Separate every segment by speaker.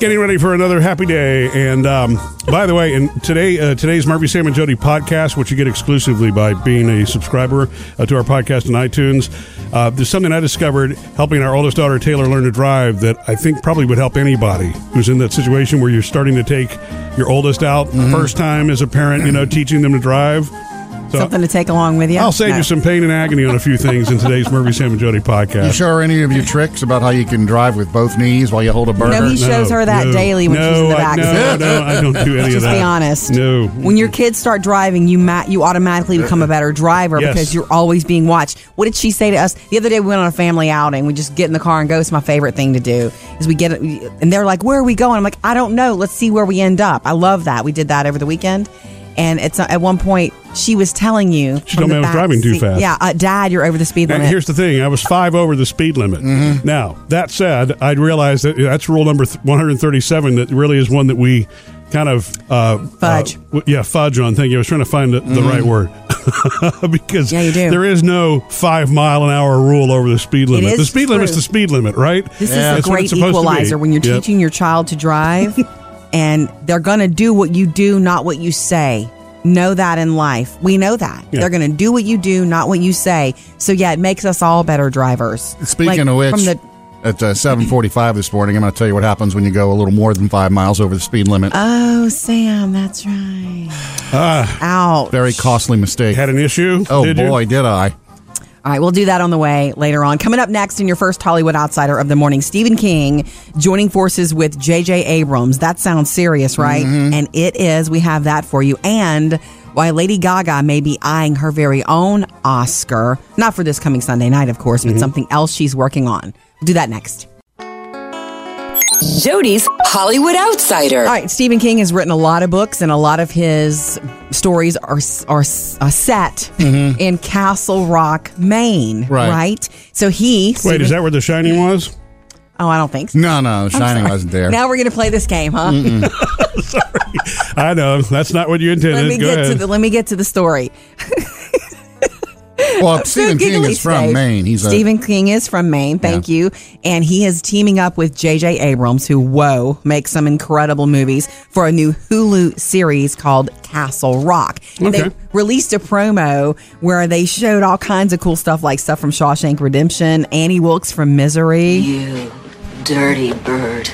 Speaker 1: Getting ready for another happy day, and um, by the way, and today uh, today's Murphy Sam and Jody podcast, which you get exclusively by being a subscriber uh, to our podcast on iTunes. Uh, there's something I discovered helping our oldest daughter Taylor learn to drive that I think probably would help anybody who's in that situation where you're starting to take your oldest out
Speaker 2: Mm-hmm.
Speaker 1: first time as a parent, you know, teaching them to drive. So
Speaker 2: Something to take along with you.
Speaker 1: I'll save
Speaker 2: No.
Speaker 1: you some pain and agony on a few things in today's Murphy Sam and Jody podcast.
Speaker 3: You show her any of your tricks about how you can drive with both knees while you hold a burner?
Speaker 2: No, he shows her that daily when she's in the back.
Speaker 1: I, no, no, I don't do any of
Speaker 2: Just
Speaker 1: that.
Speaker 2: be honest.
Speaker 1: No.
Speaker 2: When your kids start driving, you ma- you automatically become a better driver
Speaker 1: Yes.
Speaker 2: because you're always being watched. What did she say to us the other day? We went on a family outing. We just get in the car and go. It's my favorite thing to do. Is we get and they're like, "Where are we going?" I'm like, "I don't know. Let's see where we end up." I love that. We did that over the weekend, and it's uh, at one point she was telling you
Speaker 1: She
Speaker 2: from
Speaker 1: told
Speaker 2: the
Speaker 1: me I was
Speaker 2: back
Speaker 1: driving too
Speaker 2: seat-
Speaker 1: fast.
Speaker 2: Yeah, uh, Dad, you're over the speed
Speaker 1: Now,
Speaker 2: limit.
Speaker 1: here's the thing. I was five over the speed limit.
Speaker 2: Mm-hmm.
Speaker 1: Now, that said, I'd realized that that's rule number th- 137 that really is one that we kind of... Uh,
Speaker 2: Fudge. Mm-hmm.
Speaker 1: uh, w- yeah, fudge on. Thank you. I was trying to find the, the right word. because
Speaker 2: Yeah, you do.
Speaker 1: there is no five mile an hour rule over the speed limit.
Speaker 2: is
Speaker 1: the speed limit's
Speaker 2: true.
Speaker 1: the speed limit, right? That's
Speaker 2: This is a
Speaker 1: what it's
Speaker 2: great
Speaker 1: supposed to be.
Speaker 2: equalizer when you're
Speaker 1: Yep.
Speaker 2: teaching your child to drive and they're going to do what you do, not what you say. Know that in life. We know that.
Speaker 1: Yeah.
Speaker 2: They're going to do what you do, not what you say. So, yeah, it makes us all better drivers.
Speaker 3: Speaking
Speaker 2: Like,
Speaker 3: of which,
Speaker 2: from the,
Speaker 3: at uh, 745 this morning, I'm going to tell you what happens when you go a little more than five miles over the speed limit.
Speaker 2: oh, Sam, that's right.
Speaker 1: Ah.
Speaker 2: Ouch.
Speaker 3: Very costly mistake.
Speaker 1: Had an issue?
Speaker 3: oh,
Speaker 1: did you?
Speaker 3: boy, did I.
Speaker 2: All right, we'll do that on the way later on. Coming up next in your first Hollywood Outsider of the morning, Stephen King joining forces with J.J. Abrams. That sounds serious, right? And it is. We have that for you. And why Lady Gaga may be eyeing her very own Oscar. Not for this coming Sunday night, of course, but something else she's working on. We'll do that next.
Speaker 4: Jody's Hollywood Outsider.
Speaker 2: All right, Stephen King has written a lot of books, and a lot of his stories are are, uh, set in Castle Rock, Maine.
Speaker 3: Right.
Speaker 2: So he.
Speaker 1: Wait, is that where The Shining was?
Speaker 2: Oh, I don't think so.
Speaker 3: No, no, the Shining wasn't there.
Speaker 2: Now we're gonna play this game, huh?
Speaker 1: I know. That's not what you intended.
Speaker 2: Let me
Speaker 1: Go
Speaker 2: get
Speaker 1: ahead.
Speaker 2: to the let me get to the story.
Speaker 3: Well, Stephen King
Speaker 2: giggly
Speaker 3: is from
Speaker 2: today.
Speaker 3: Maine. He's a
Speaker 2: Stephen King is from Maine. Thank you, and he is teaming up with J.J. Abrams, who whoa makes some incredible movies for a new Hulu series called Castle Rock. And They
Speaker 1: Okay.
Speaker 2: released a promo where they showed all kinds of cool stuff, like stuff from Shawshank Redemption, Annie Wilkes from Misery.
Speaker 5: You dirty bird.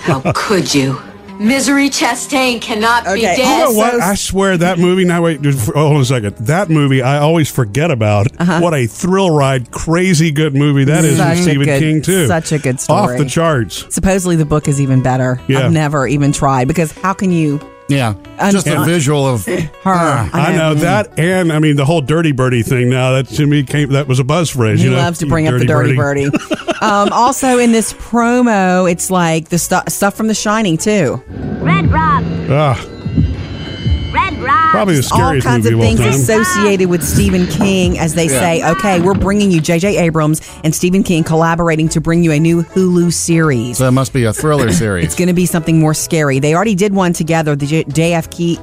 Speaker 5: How could you? Misery Chastain cannot be
Speaker 2: Okay.
Speaker 5: dead.
Speaker 1: You know
Speaker 2: Also-
Speaker 1: what? I swear that movie. Now wait, just- hold on a second. That movie I always forget about. What a thrill ride, crazy good movie that is.
Speaker 2: Uh-huh.
Speaker 1: with
Speaker 2: Such a
Speaker 1: Stephen
Speaker 2: good-
Speaker 1: King too.
Speaker 2: such a good
Speaker 1: Off
Speaker 2: story.
Speaker 1: the charts.
Speaker 2: Supposedly the book is even better.
Speaker 1: Yeah.
Speaker 2: I've never even tried because how can you
Speaker 3: Yeah.
Speaker 2: And-
Speaker 3: Just a
Speaker 2: and-
Speaker 3: visual of
Speaker 2: her?
Speaker 3: Ah,
Speaker 1: I know that, and I mean the whole "dirty birdie" thing. Now that to me came that was a buzz phrase.
Speaker 2: He
Speaker 1: you know?
Speaker 2: loves to
Speaker 1: You
Speaker 2: bring up the dirty birdie. um, also, in this promo, it's like the stu- stuff from The Shining too.
Speaker 6: Red Rob.
Speaker 1: Ah,
Speaker 6: Red Rob.
Speaker 1: probably the
Speaker 2: All
Speaker 1: scariest
Speaker 2: kinds
Speaker 1: movie
Speaker 2: of
Speaker 1: of all
Speaker 2: things
Speaker 1: time.
Speaker 2: associated with Stephen King, as they say, okay, we're bringing you J.J. Abrams and Stephen King collaborating to bring you a new Hulu series.
Speaker 3: So it must be a thriller series.
Speaker 2: It's going to be something more scary. They already did one together, the J- JFK.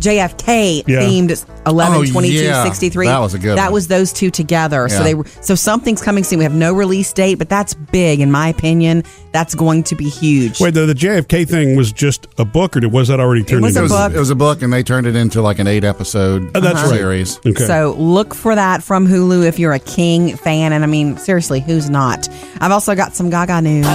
Speaker 2: JFK
Speaker 1: Yeah.
Speaker 2: themed 11
Speaker 3: Oh,
Speaker 2: 22
Speaker 3: yeah.
Speaker 2: 63
Speaker 3: That was a good
Speaker 2: that
Speaker 3: one.
Speaker 2: was those two together so
Speaker 3: Yeah.
Speaker 2: they were so something's coming soon we have no release date but that's big in my opinion that's going to be huge
Speaker 1: Wait, the, the JFK thing was just a book, or was that already turned
Speaker 2: was a
Speaker 1: into
Speaker 3: it, was,
Speaker 2: book.
Speaker 3: it was a book, and they turned it into like an eight episode
Speaker 1: Oh, that's right.
Speaker 3: series.
Speaker 1: Okay.
Speaker 2: So look for that from Hulu if you're a King fan. And I mean, seriously, who's not? I've also got some Gaga news.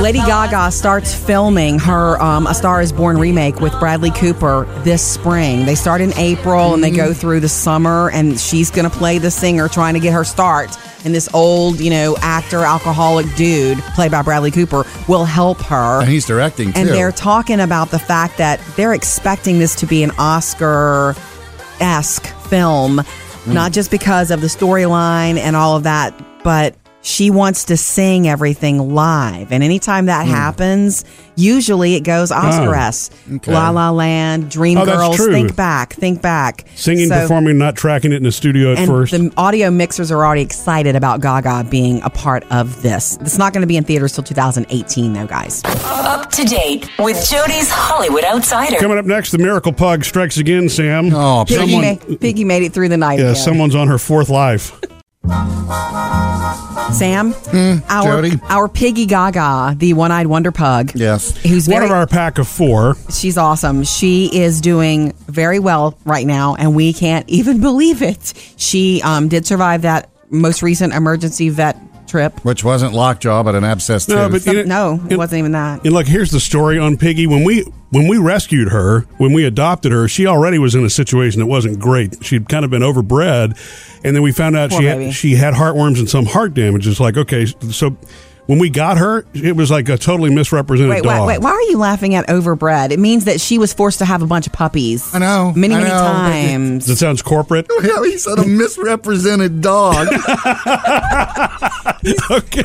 Speaker 2: Lady Gaga starts filming her um, A Star is Born remake with Bradley Cooper this spring. They start in April and they go through the summer, and she's going to play the singer trying to get her start. And this old, you know, actor, alcoholic dude, played by Bradley Cooper, will help her.
Speaker 3: And he's directing too.
Speaker 2: And they're talking about the fact that they're expecting this to be an Oscar esque film,
Speaker 1: Mm.
Speaker 2: not just because of the storyline and all of that, but she wants to sing everything live. And anytime that
Speaker 1: Mm.
Speaker 2: happens, usually it goes Oscar esque.
Speaker 3: okay.
Speaker 2: La La Land, Dream
Speaker 1: Oh, that's
Speaker 2: Girls,
Speaker 1: true.
Speaker 2: Think Back, Think Back.
Speaker 1: Singing,
Speaker 2: So-
Speaker 1: performing, not tracking it in the studio at
Speaker 2: and
Speaker 1: first.
Speaker 2: the audio mixers are already excited about Gaga being a part of this. It's not going to be in theaters till 2018, though, guys.
Speaker 4: Up to date with Jody's Hollywood Outsider.
Speaker 1: Coming up next, the Miracle Pug strikes again. Sam.
Speaker 3: Oh,
Speaker 2: Piggy,
Speaker 3: someone-
Speaker 2: ma- Piggy made it through the night.
Speaker 1: Yeah,
Speaker 2: again.
Speaker 1: someone's on her fourth life.
Speaker 2: Sam,
Speaker 1: Hmm,
Speaker 2: our
Speaker 3: Jody?
Speaker 2: our Piggy Gaga, the one-eyed wonder pug.
Speaker 3: Yes.
Speaker 2: who's
Speaker 1: One
Speaker 2: very,
Speaker 1: of our pack of four.
Speaker 2: She's awesome. She is doing very well right now, and we can't even believe it. She um, did survive that most recent emergency vet trip.
Speaker 3: Which wasn't lockjaw, but an abscess tooth.
Speaker 1: No, but
Speaker 2: Some-
Speaker 1: you know-
Speaker 2: no, it wasn't even that.
Speaker 1: And look, here's the story on Piggy. When we when we rescued her, when we adopted her, she already was in a situation that wasn't great. She'd kind of been overbred, and then we found out
Speaker 2: Poor
Speaker 1: she
Speaker 2: baby.
Speaker 1: had, she had heartworms and some heart damage. It's like okay, so when we got her, it was like a totally misrepresented
Speaker 2: Wait, wait,
Speaker 1: dog.
Speaker 2: wait! Why are you laughing at overbred? It means that she was forced to have a bunch of puppies.
Speaker 3: I know,
Speaker 2: many,
Speaker 3: I
Speaker 2: many
Speaker 3: know.
Speaker 2: times.
Speaker 1: That sounds corporate.
Speaker 3: Yeah, he said a misrepresented dog.
Speaker 1: okay.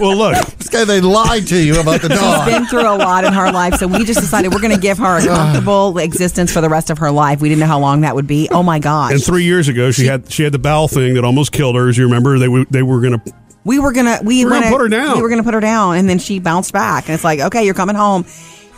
Speaker 1: well, look,
Speaker 3: this guy, they lied to you about the
Speaker 2: She's
Speaker 3: dog.
Speaker 2: been through a lot in her life, so we just decided we're going to give her a comfortable existence for the rest of her life. We didn't know how long that would be. Oh my
Speaker 1: and
Speaker 2: gosh!
Speaker 1: three years ago, she, had she had the bowel thing that almost killed her. As you remember, they were they were gonna.
Speaker 2: We were gonna we
Speaker 1: We're gonna
Speaker 2: wanna-
Speaker 1: put her down.
Speaker 2: We were gonna put her down, and then she bounced back, and it's like, okay, you're coming home.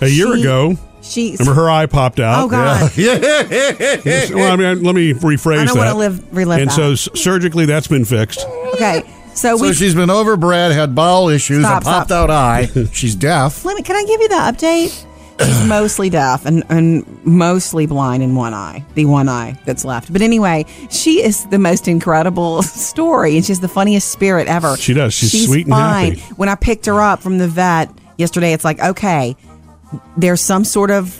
Speaker 1: A year
Speaker 2: She-
Speaker 1: ago,
Speaker 2: she.
Speaker 1: remember her eye popped out.
Speaker 2: Oh God!
Speaker 1: well, I mean, let me rephrase
Speaker 2: Eh, I don't
Speaker 1: that.
Speaker 2: wanna live- relive
Speaker 1: And
Speaker 2: that.
Speaker 1: so s- surgically, that's been fixed.
Speaker 2: Okay, so
Speaker 3: So
Speaker 2: we.
Speaker 3: she's been overbred, had bowel issues,
Speaker 2: Stop,
Speaker 3: a popped
Speaker 2: stop.
Speaker 3: out eye. She's deaf.
Speaker 2: Let me. Can I give you the update? She's mostly deaf and, and mostly blind in one eye, the one eye that's left. But anyway, she is the most incredible story, and she's the funniest spirit ever.
Speaker 1: She does. She's sweet and
Speaker 2: fine.
Speaker 1: happy.
Speaker 2: When I picked her up from the vet yesterday, it's like okay, there's some sort of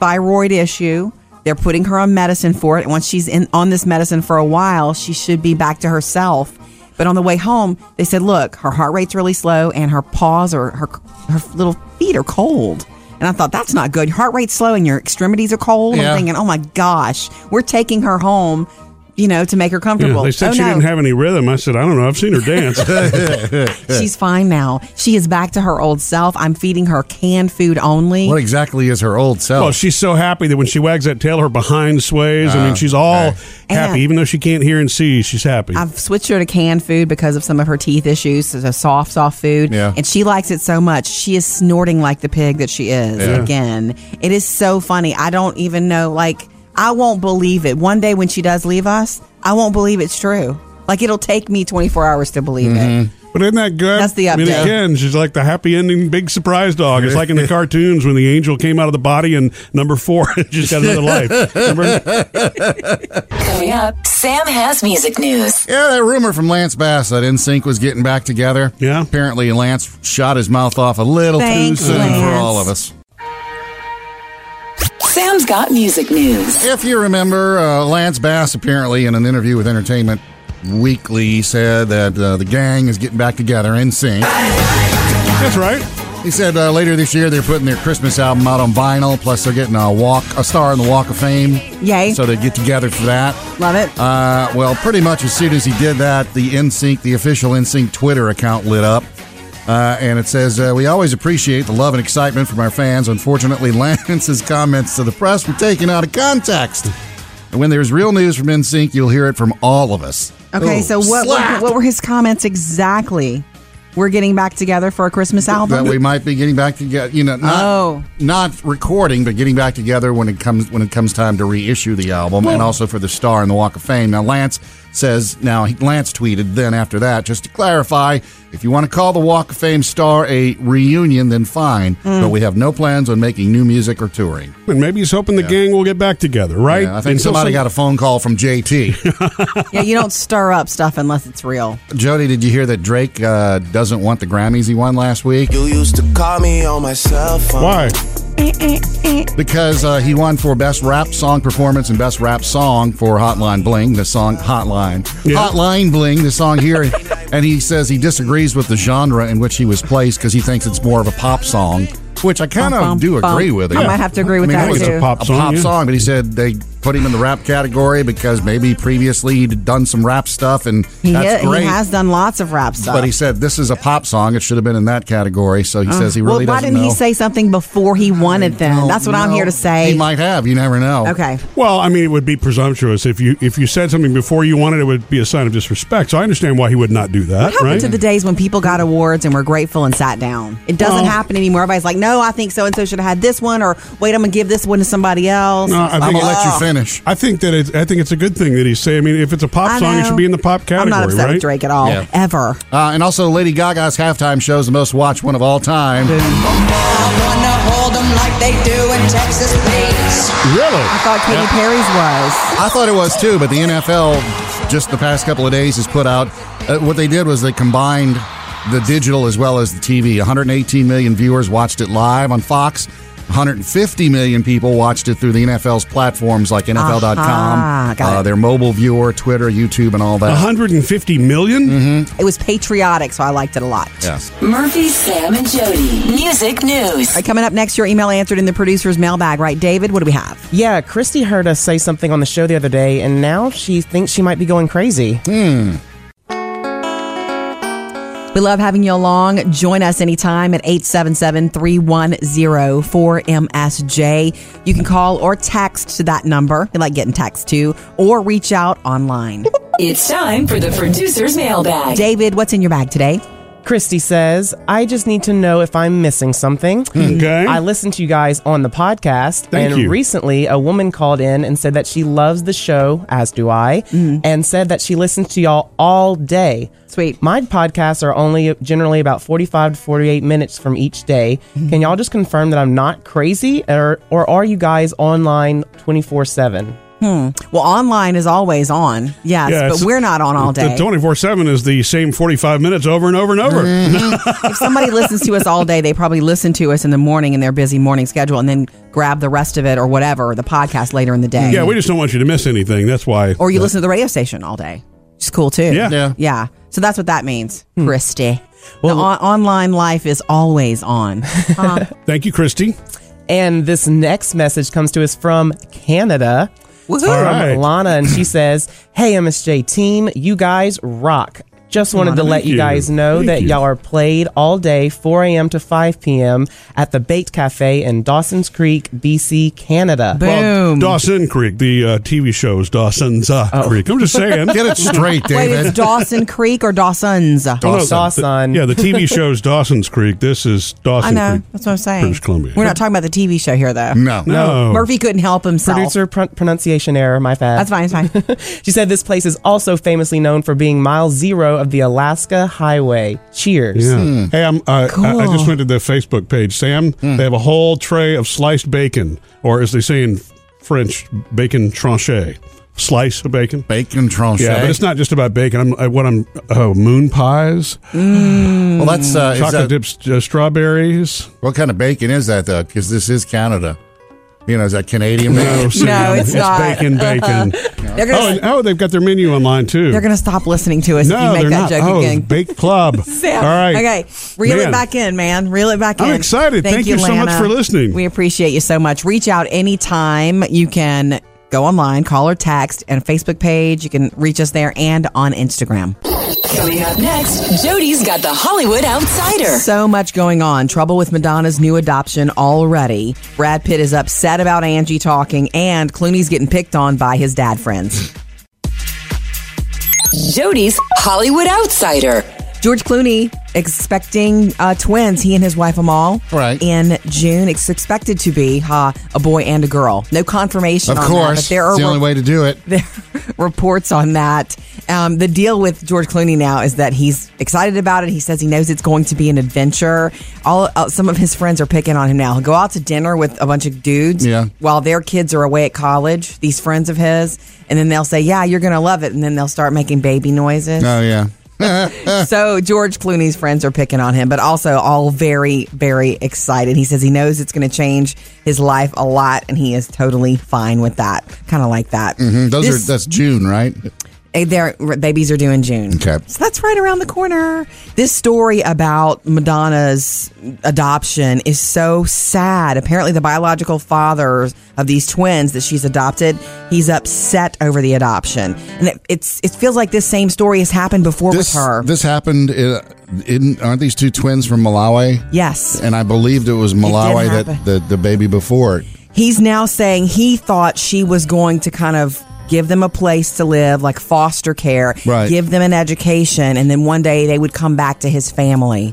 Speaker 2: thyroid issue. They're putting her on medicine for it, and once she's in on this medicine for a while, she should be back to herself. But on the way home, they said, "Look, her heart rate's really slow, and her paws or her her little feet are cold." And I thought that's not good. Your heart rate's slow, and your extremities are cold.
Speaker 3: Yeah.
Speaker 2: I'm thinking, "Oh my gosh, we're taking her home, you know, to make her
Speaker 1: Yeah,
Speaker 2: comfortable."
Speaker 1: they said
Speaker 2: oh,
Speaker 1: she
Speaker 2: no.
Speaker 1: didn't have any rhythm. I said, I don't know. I've seen her dance.
Speaker 2: She's fine now. She is back to her old self. I'm feeding her canned food only.
Speaker 3: What exactly is her old self?
Speaker 1: well, Oh, she's so happy that when she wags that tail, her behind sways.
Speaker 2: Ah,
Speaker 1: I mean, she's all
Speaker 3: okay.
Speaker 1: happy,
Speaker 2: And-
Speaker 1: even though she can't hear and see. She's happy.
Speaker 2: I've switched her to canned food because of some of her teeth issues. So the soft, soft food.
Speaker 3: Yeah.
Speaker 2: And she likes it so much. She is snorting like the pig that she is again. It is so funny. I don't even know. Like, I won't believe it. One day when she does leave us, I won't believe it's true. Like, it'll take me 24 hours to believe it.
Speaker 3: Mm-hmm.
Speaker 1: but isn't that good?
Speaker 2: That's the
Speaker 1: I mean,
Speaker 2: update.
Speaker 1: again, she's like the happy ending, big surprise dog. It's like in the cartoons when the angel came out of the body and number four just got another life. Remember?
Speaker 4: Coming up, Sam has music news.
Speaker 3: yeah, that rumor from Lance Bass that NSYNC was getting back together.
Speaker 1: Yeah.
Speaker 3: Apparently, Lance shot his mouth off a little
Speaker 2: Thanks,
Speaker 3: too soon for
Speaker 2: Lance.
Speaker 3: all of us.
Speaker 4: Sam's got music news.
Speaker 3: If you remember, uh, Lance Bass apparently in an interview with Entertainment Weekly said that uh, the gang is getting back together in sync.
Speaker 1: That's right.
Speaker 3: He said uh, later this year they're putting their Christmas album out on vinyl, plus they're getting a walk, a star in the Walk of Fame.
Speaker 2: Yay.
Speaker 3: So they get together for that.
Speaker 2: Love it.
Speaker 3: Uh, well, pretty much as soon as he did that, the NSYNC, the official NSYNC Twitter account lit up. Uh, and it says, uh, We always appreciate the love and excitement from our fans. Unfortunately, Lance's comments to the press were taken out of context. And when there's real news from NSYNC, you'll hear it from all of us.
Speaker 2: okay.
Speaker 3: Oh,
Speaker 2: so, what,
Speaker 3: slap!
Speaker 2: what, what were his comments exactly? We're getting back together for a Christmas album.
Speaker 3: that we might be getting back together. You know, not
Speaker 2: Oh.
Speaker 3: not recording, but getting back together when it comes when it comes time to reissue the album, and also for the star in the Walk of Fame. Now, Lance says now he- Lance tweeted then after that just to clarify, if you want to call the Walk of Fame star a reunion, then fine,
Speaker 2: Mm.
Speaker 3: but we have no plans on making new music or touring.
Speaker 1: And maybe he's hoping the gang will get back together, right?
Speaker 3: Yeah, I think
Speaker 1: And so
Speaker 3: somebody
Speaker 1: some-
Speaker 3: got a phone call from JT.
Speaker 2: yeah, you don't stir up stuff unless it's real.
Speaker 3: Jody, did you hear that Drake uh, doesn't want the Grammys he won last week?
Speaker 7: You used to call me on my cell phone.
Speaker 1: Why?
Speaker 3: because uh, he won for best rap song performance and best rap song for Hotline Bling, the song Hotline.
Speaker 1: Yeah.
Speaker 3: Hotline Bling, the song here. and he says he disagrees with the genre in which he was placed because he thinks it's more of a pop song, which I kind
Speaker 2: Bum,
Speaker 3: of do
Speaker 2: bum.
Speaker 3: agree with.
Speaker 2: I might have to agree with that,
Speaker 3: I think
Speaker 1: too.
Speaker 3: It's a
Speaker 1: Pop
Speaker 3: pop,
Speaker 1: song,
Speaker 3: song,
Speaker 1: yeah.
Speaker 3: but he said they put him in the rap category because maybe previously he'd done some rap stuff, and
Speaker 2: He,
Speaker 3: that's
Speaker 2: he
Speaker 3: great.
Speaker 2: has done lots of rap stuff.
Speaker 3: but he said this is a pop song; it should have been in that category. So he says he really
Speaker 2: Uh. well, why
Speaker 3: doesn't
Speaker 2: didn't he
Speaker 3: know.
Speaker 2: say something before he wanted them?
Speaker 3: Don't
Speaker 2: That's what I'm
Speaker 3: know.
Speaker 2: here to say.
Speaker 3: He might have. You never know.
Speaker 2: okay.
Speaker 1: Well, I mean, it would be presumptuous if you if you said something before you wanted it would be a sign of disrespect. So I understand why he would not do that,
Speaker 2: What happened
Speaker 1: right?
Speaker 2: to the days when people got awards and were grateful and sat down? It doesn't
Speaker 8: Oh.
Speaker 1: Well-
Speaker 2: happen anymore. Everybody's like, no, I think so and so should have had this one, or wait, I'm going to give this one to somebody else.
Speaker 1: No, I
Speaker 3: I'm
Speaker 1: think
Speaker 3: gonna
Speaker 1: it-
Speaker 3: let you finish.
Speaker 1: I think that it's, I think it's a good thing that he's saying. I mean, if it's a pop
Speaker 2: I
Speaker 1: song, it
Speaker 2: know.
Speaker 1: should be in the pop
Speaker 2: I'm
Speaker 1: category,
Speaker 2: not upset
Speaker 1: right?
Speaker 2: with Drake at all,
Speaker 3: Yeah.
Speaker 2: ever.
Speaker 3: Uh, and also, Lady Gaga's halftime show is the most watched one of all time.
Speaker 8: I wanna hold 'em like they do in Texas, please.
Speaker 1: Really?
Speaker 2: I thought Katy Perry's was.
Speaker 3: I thought it was too, but the NFL just the past couple of days has put out uh, what they did was they combined the digital as well as the TV. 118 million viewers watched it live on Fox. 150 million people watched it through the NFL's platforms like NFL.com,
Speaker 2: Aha, got
Speaker 3: uh,
Speaker 2: it.
Speaker 3: their mobile viewer, Twitter, YouTube, and all that.
Speaker 1: 150 million?
Speaker 2: It was patriotic, so I liked it a lot.
Speaker 1: Uh-huh.
Speaker 4: Murphy, Sam, and Jody. Music news.
Speaker 2: All right, coming up next, your email answered in the producer's mailbag, right, David? What do we have?
Speaker 9: Yeah, Christy heard us say something on the show the other day, and now she thinks she might be going crazy.
Speaker 2: We love having you along. Join us anytime at 877-310-4MSJ. You can call or text to that number. You like getting text too, or reach out online.
Speaker 4: It's time for the producer's mailbag.
Speaker 2: David, what's in your bag today?
Speaker 9: Christy says, I just need to know if I'm missing something.
Speaker 1: Okay.
Speaker 9: I listened to you guys on the podcast,
Speaker 1: Hmm. Thank
Speaker 9: and
Speaker 1: you.
Speaker 9: recently a woman called in and said that she loves the show, as do I,
Speaker 1: Hmm.
Speaker 9: and said that she listens to y'all all day.
Speaker 2: Sweet.
Speaker 9: My podcasts are only generally about 45 to 48 minutes from each day. Can y'all just confirm that I'm not crazy, or, or are you guys online 24 7?
Speaker 2: Well, online is always on. Yes,
Speaker 1: Yeah, it's-
Speaker 2: but we're not on all day.
Speaker 1: The 24 7 is the same 45 minutes over and over and over.
Speaker 2: Mm-hmm. if somebody listens to us all day, they probably listen to us in the morning in their busy morning schedule and then grab the rest of it or whatever, the podcast later in the day.
Speaker 1: Yeah, we just don't want you to miss anything. That's why.
Speaker 2: or you listen to the radio station all day. It's cool too.
Speaker 1: Yeah. Hmm.
Speaker 3: Yeah.
Speaker 2: Yeah. So that's what that means, Christy. the on- online life is always on. Uh, Huh?
Speaker 1: Thank you, Christy.
Speaker 9: And this next message comes to us from Canada.
Speaker 2: Woohoo.
Speaker 1: All right.
Speaker 9: from Lana, and she says, "Hey MSJ team, you guys rock. Just wanted to let
Speaker 1: thank
Speaker 9: you
Speaker 1: you.
Speaker 9: guys know
Speaker 1: Thank
Speaker 9: that
Speaker 1: you.
Speaker 9: y'all are played all day, 4 a.m. to 5 p.m. at the Bait Cafe in Dawson's Creek, BC, Canada.
Speaker 1: Well,
Speaker 2: Boom.
Speaker 1: Dawson Creek, the uh, TV show's Dawson's uh, Creek. I'm just saying.
Speaker 3: Get it straight,
Speaker 2: Wait, it's
Speaker 3: David.
Speaker 2: Dawson Creek or Dawson's?
Speaker 1: Dawson.
Speaker 9: Dawson.
Speaker 1: yeah, the TV show's Dawson's Creek. This is
Speaker 2: I
Speaker 1: Dawson
Speaker 2: know.
Speaker 1: Creek.
Speaker 2: That's what I'm saying.
Speaker 1: British Columbia.
Speaker 2: We're not talking about the TV show here, though.
Speaker 3: No.
Speaker 1: No.
Speaker 2: Murphy couldn't help himself.
Speaker 9: Producer pr- pronunciation error, my bad.
Speaker 2: That's fine. It's fine.
Speaker 9: She said this place is also famously known for being mile zero of the Alaska Highway. Cheers.
Speaker 1: Yeah. Hey, I'm, uh, I, I just
Speaker 2: Cool. Hmm.
Speaker 1: went to their Facebook page. Sam, they have a whole tray of sliced bacon, or as they say in French, bacon tranché. Slice of bacon.
Speaker 3: Bacon tranche. eh?
Speaker 1: Yeah, but it's not just about bacon. I'm, I, what I'm, oh, moon pies,
Speaker 3: Well, that's uh, is
Speaker 1: chocolate
Speaker 3: that-
Speaker 1: dipped uh, strawberries.
Speaker 3: What kind of bacon is that though? Because this is Canada. You know, is that Canadian bacon?
Speaker 1: Sam,
Speaker 2: No, it's not.
Speaker 1: bacon, bacon.
Speaker 2: they're
Speaker 1: oh,
Speaker 2: gonna
Speaker 1: and, oh, they've got their menu online too.
Speaker 2: they're gonna stop listening to us
Speaker 1: no,
Speaker 2: if you
Speaker 1: they're
Speaker 2: make
Speaker 1: not.
Speaker 2: that joke
Speaker 1: oh,
Speaker 2: again.
Speaker 1: Bake Club.
Speaker 2: Sam.
Speaker 1: All right.
Speaker 2: Okay. Reel
Speaker 1: Man.
Speaker 2: it back in, man. Reel it back
Speaker 1: I'm
Speaker 2: in.
Speaker 1: excited. Thank you so much
Speaker 2: Lana.
Speaker 1: for listening.
Speaker 2: We appreciate you so much. Reach out anytime. You can go online, call or text, and Facebook page. You can reach us there and on Instagram.
Speaker 4: Coming up next, Jody's got the Hollywood Outsider.
Speaker 2: So much going on. Trouble with Madonna's new adoption already. Brad Pitt is upset about Angie talking, and Clooney's getting picked on by his dad friends.
Speaker 4: Jody's Hollywood Outsider.
Speaker 2: George Clooney expecting uh, twins. He and his wife Amal
Speaker 3: Right.
Speaker 2: in June. It's expected to be huh, a boy and a girl. No confirmation.
Speaker 3: Of
Speaker 2: on that,
Speaker 3: course,
Speaker 2: but there are
Speaker 3: it's the only
Speaker 2: re-
Speaker 3: way to do it.
Speaker 2: there are reports on that. Um, the deal with George Clooney now is that he's excited about it. He says he knows it's going to be an adventure. All uh, some of his friends are picking on him now. He'll go out to dinner with a bunch of dudes
Speaker 3: Yeah.
Speaker 2: while their kids are away at college. These friends of his, and then they'll say, "Yeah, you're going to love it," and then they'll start making baby noises.
Speaker 3: Oh yeah.
Speaker 2: So George Clooney's friends are picking on him, but also all very, very excited. He says he knows it's going to change his life a lot, and he is totally fine with that. Kind of like that.
Speaker 3: Mm, Those
Speaker 2: This-
Speaker 3: are that's June, right?
Speaker 2: Eh, Their r- babies are due in June.
Speaker 3: Okay.
Speaker 2: So that's right around the corner. This story about Madonna's adoption is so sad. Apparently, the biological father of these twins that she's adopted, he's upset over the adoption. And it, it's, it feels like this same story has happened before
Speaker 3: This,
Speaker 2: with her.
Speaker 3: this happened in, in aren't these two twins from Malawi?
Speaker 2: yes.
Speaker 3: And I believed it was Malawi
Speaker 2: happen.
Speaker 3: that the, the baby before it.
Speaker 2: he's now saying he thought she was going to kind of give them a place to live, like foster care,
Speaker 3: Right.
Speaker 2: give them an education, and then one day they would come back to his family.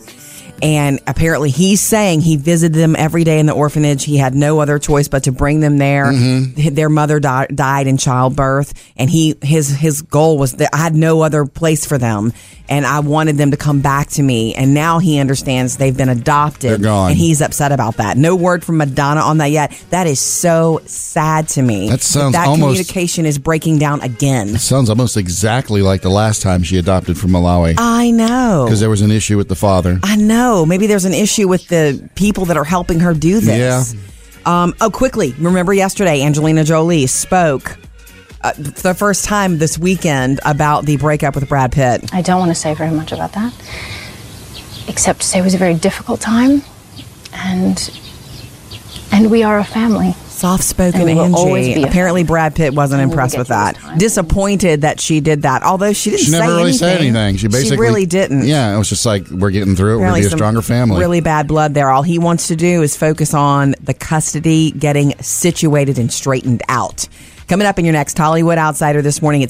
Speaker 2: And apparently, he's saying he visited them every day in the orphanage. He had no other choice but to bring them there. H- Their mother di- died in childbirth, and he his his goal was that I had no other place for them, and I wanted them to come back to me. And now he understands they've been adopted,
Speaker 3: They're gone.
Speaker 2: and he's upset about that. No word from Madonna on that yet. That is so sad to me.
Speaker 3: That sounds
Speaker 2: that
Speaker 3: almost-
Speaker 2: communication is breaking down again.
Speaker 3: Sounds almost exactly like the last time she adopted from Malawi
Speaker 2: I know.
Speaker 3: because there was an issue with the father.
Speaker 2: I know. Maybe there's an issue with the people that are helping her do this.
Speaker 3: Yeah.
Speaker 2: Um, oh, quickly, remember yesterday, Angelina Jolie spoke uh, the first time this weekend about the breakup with Brad Pitt.
Speaker 10: I don't want to say very much about that, except to say it was a very difficult time, and and we are a family.
Speaker 2: Soft spoken
Speaker 10: And we will always be
Speaker 2: Angie.
Speaker 10: a-
Speaker 2: Apparently, Brad Pitt wasn't
Speaker 10: And we will
Speaker 2: impressed
Speaker 10: get
Speaker 2: with
Speaker 10: through
Speaker 2: that.
Speaker 10: this time.
Speaker 2: Disappointed that she did that, although she didn't
Speaker 3: She never
Speaker 2: say
Speaker 3: really
Speaker 2: anything.
Speaker 3: said anything. She basically
Speaker 2: really didn't.
Speaker 3: Yeah, it was just like we're getting through it. We're gonna
Speaker 2: Apparently
Speaker 3: be a
Speaker 2: some
Speaker 3: stronger family.
Speaker 2: Really bad blood there. All he wants to do is focus on the custody getting situated and straightened out. Coming up in your next Hollywood Outsider this morning at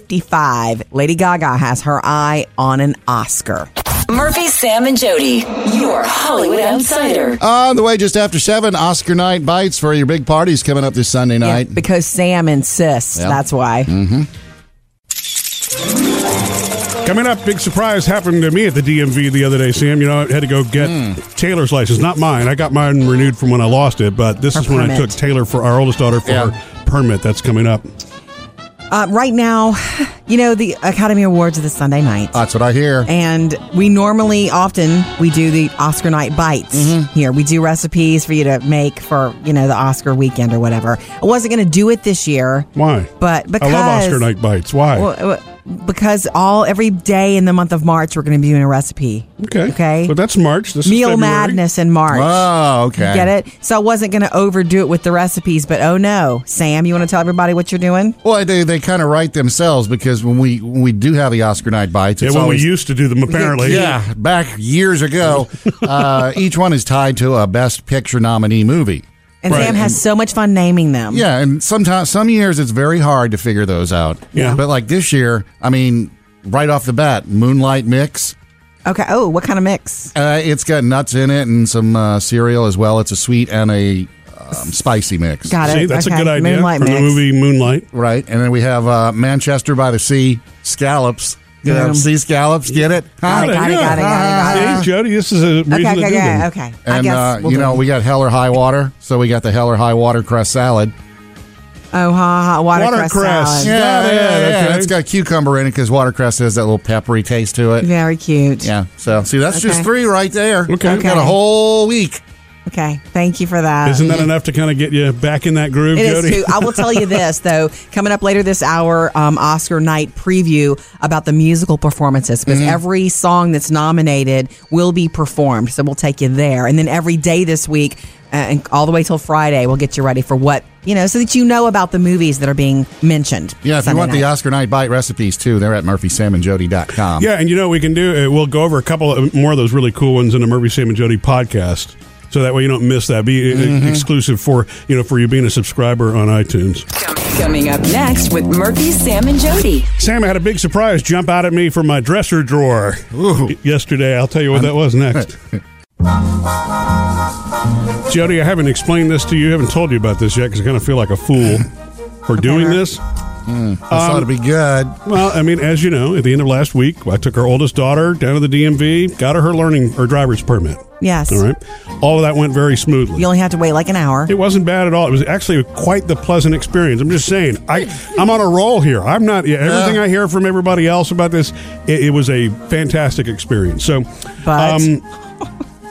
Speaker 2: 7:55, Lady Gaga has her eye on an Oscar.
Speaker 4: Murphy, Sam, and Jody, your Hollywood outsider.
Speaker 3: On the way just after seven, Oscar night bites for your big parties coming up this Sunday night.
Speaker 2: Because Sam insists.
Speaker 3: Yeah. Mm.
Speaker 2: That's why.
Speaker 1: Coming up, big surprise happened to me at the DMV the other day, Sam. You know, I had to go get
Speaker 2: Hmm.
Speaker 1: Taylor's license, not mine. I got mine renewed from when I lost it, but this
Speaker 2: Her
Speaker 1: is when I took
Speaker 2: permit.
Speaker 1: Taylor for our oldest daughter for
Speaker 3: Yeah.
Speaker 1: her permit. That's coming up.
Speaker 2: Uh, right now, you know the Academy Awards are this Sunday night.
Speaker 3: That's what I hear.
Speaker 2: and we normally often we do the oscar night bites
Speaker 3: Mm-hmm.
Speaker 2: here we do recipes for you to make for you know the oscar weekend or whatever i wasn't going to do it this year
Speaker 1: Why?
Speaker 2: but because
Speaker 1: I love Oscar night bites. Why?
Speaker 2: Well, well, because all every day in the month of march we're going to be doing a recipe
Speaker 1: okay.
Speaker 2: okay
Speaker 1: But that's March. This
Speaker 2: meal
Speaker 1: is February.
Speaker 2: madness in march
Speaker 3: Oh, okay.
Speaker 2: Get it? So I wasn't going to overdo it with the recipes, but oh no. Sam, you want to tell everybody what you're doing?
Speaker 3: Well, they, they kind of write themselves because when we when we do have the Oscar night bites,
Speaker 1: Yeah,
Speaker 3: it's
Speaker 1: when
Speaker 3: always
Speaker 1: we used to do them, apparently.
Speaker 3: yeah back years ago. uh, each one is tied to a best picture nominee movie.
Speaker 2: And
Speaker 1: Right.
Speaker 2: Sam has so much fun naming them.
Speaker 3: Yeah, and sometimes some years it's very hard to figure those out.
Speaker 1: Yeah.
Speaker 3: but like this year, I mean, right off the bat, Moonlight Mix.
Speaker 2: Okay. Oh, what kind of mix?
Speaker 3: Uh, it's got nuts in it and some uh, cereal as well. It's a sweet and a um, spicy mix.
Speaker 2: Got it.
Speaker 1: See, that's
Speaker 2: okay.
Speaker 1: a good idea
Speaker 2: Moonlight
Speaker 1: from
Speaker 2: mix.
Speaker 1: the movie Moonlight.
Speaker 3: Right, and then we have uh, Manchester by the Sea scallops. You know,
Speaker 2: Got 'em.
Speaker 3: sea scallops, get it?
Speaker 2: Got it, got it, got it, got it, got it.
Speaker 1: See, Jody, this is a reason
Speaker 2: Okay,
Speaker 1: to
Speaker 2: okay,
Speaker 1: do them.
Speaker 2: yeah, okay. I
Speaker 3: And
Speaker 2: guess
Speaker 3: uh,
Speaker 2: we'll
Speaker 3: you
Speaker 2: do
Speaker 3: know
Speaker 2: it.
Speaker 3: we got hell or high water, so we got the hell or high water cress salad.
Speaker 2: oh, ha, ha, watercress,
Speaker 1: Watercress. Yeah,
Speaker 2: salad.
Speaker 1: yeah, okay.
Speaker 3: It's got cucumber in it because watercress has that little peppery taste to it.
Speaker 2: Very cute.
Speaker 3: Yeah. So see, that's just
Speaker 2: Okay.
Speaker 3: three right there.
Speaker 1: Okay.
Speaker 3: We've got
Speaker 2: Okay.
Speaker 3: a whole week.
Speaker 2: Okay, thank you for that.
Speaker 1: Isn't that enough to kind of get you back in that groove,
Speaker 2: It is
Speaker 1: Jody?
Speaker 2: too. I will tell you this though. Coming up later this hour, um, Oscar night preview about the musical performances
Speaker 3: Mm-hmm.
Speaker 2: because every song that's nominated will be performed. So we'll take you there, and then every day this week, uh, and all the way till Friday, we'll get you ready for what you know, so that you know about the movies that are being mentioned.
Speaker 3: Yeah, if
Speaker 2: Sunday
Speaker 3: you want the
Speaker 2: night.
Speaker 3: Oscar night bite recipes too, they're at murphysamandjody.com.
Speaker 1: Yeah, and you know we can do. uh, We'll go over a couple of, uh, more of those really cool ones in the Murphy Sam and Jody podcast, so that way you don't miss that. Be uh, exclusive for you know for you being a subscriber on iTunes.
Speaker 4: Coming up next with Murphy, Sam, and Jody.
Speaker 1: Sam I had a big surprise jump out at me from my dresser drawer y- yesterday. I'll tell you what that was next. Jody, I haven't explained this to you. haven't told you about this yet because I kind of feel like a fool for doing this.
Speaker 3: I thought it'd be good.
Speaker 1: Well, I mean, as you know, at the end of last week, I took our oldest daughter down to the DMV, got her her learning her driver's permit.
Speaker 2: yes.
Speaker 1: All right. All of that went very smoothly.
Speaker 2: You only have to wait like an hour.
Speaker 1: it wasn't bad at all. It was actually quite the pleasant experience. I'm just saying, I I'm on a roll here. I'm not yeah, everything
Speaker 3: Yeah.
Speaker 1: I hear from everybody else about this. It, it was a fantastic experience. So,
Speaker 2: But-
Speaker 1: Um,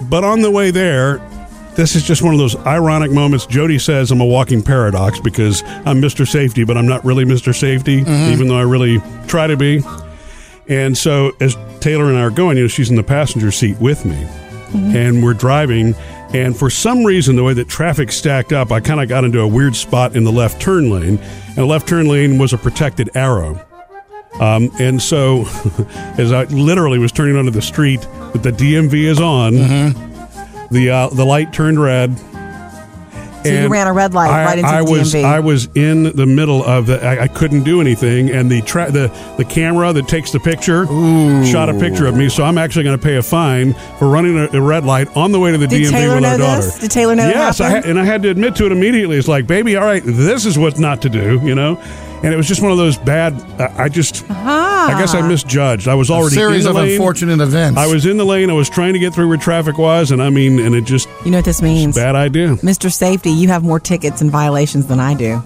Speaker 1: but on the way there, this is just one of those ironic moments. Jody says I'm a walking paradox because I'm Mr. Safety, but I'm not really Mr. Safety, even though I really try to be. And so as Taylor and I are going, you know, she's in the passenger seat with me. And we're driving, and for some reason, the way that traffic stacked up, I kind of got into a weird spot in the left turn lane. And the left turn lane was a protected arrow. Um, and so, as I literally was turning onto the street that the DMV is on, the uh, the light turned red,
Speaker 2: Mm-hmm. So you ran a red light right into
Speaker 1: I
Speaker 2: the
Speaker 1: was,
Speaker 2: DMV.
Speaker 1: I was in the middle of the. I, I couldn't do anything, and the tra- the the camera that takes the picture shot a picture of me. So I'm actually going to pay a fine for running a, a red light on the way to the
Speaker 2: Did
Speaker 1: DMV
Speaker 2: Taylor
Speaker 1: with our
Speaker 2: know
Speaker 1: daughter.
Speaker 2: this? Did Taylor know it
Speaker 1: Yes, I
Speaker 2: happened?
Speaker 1: ha- and I had to admit to it immediately. It's like, baby, all right, this is what not to do, you know. And it was just one of those bad. I, I just, I guess
Speaker 2: Ah.
Speaker 1: I misjudged. I was already
Speaker 3: series
Speaker 1: in
Speaker 3: of
Speaker 1: the lane.
Speaker 3: unfortunate events.
Speaker 1: I was in the lane. I was trying to get through where traffic was, and I mean, and it just
Speaker 2: You know what this means?
Speaker 1: bad idea.
Speaker 2: Mr. Safety, you have more tickets and violations than I do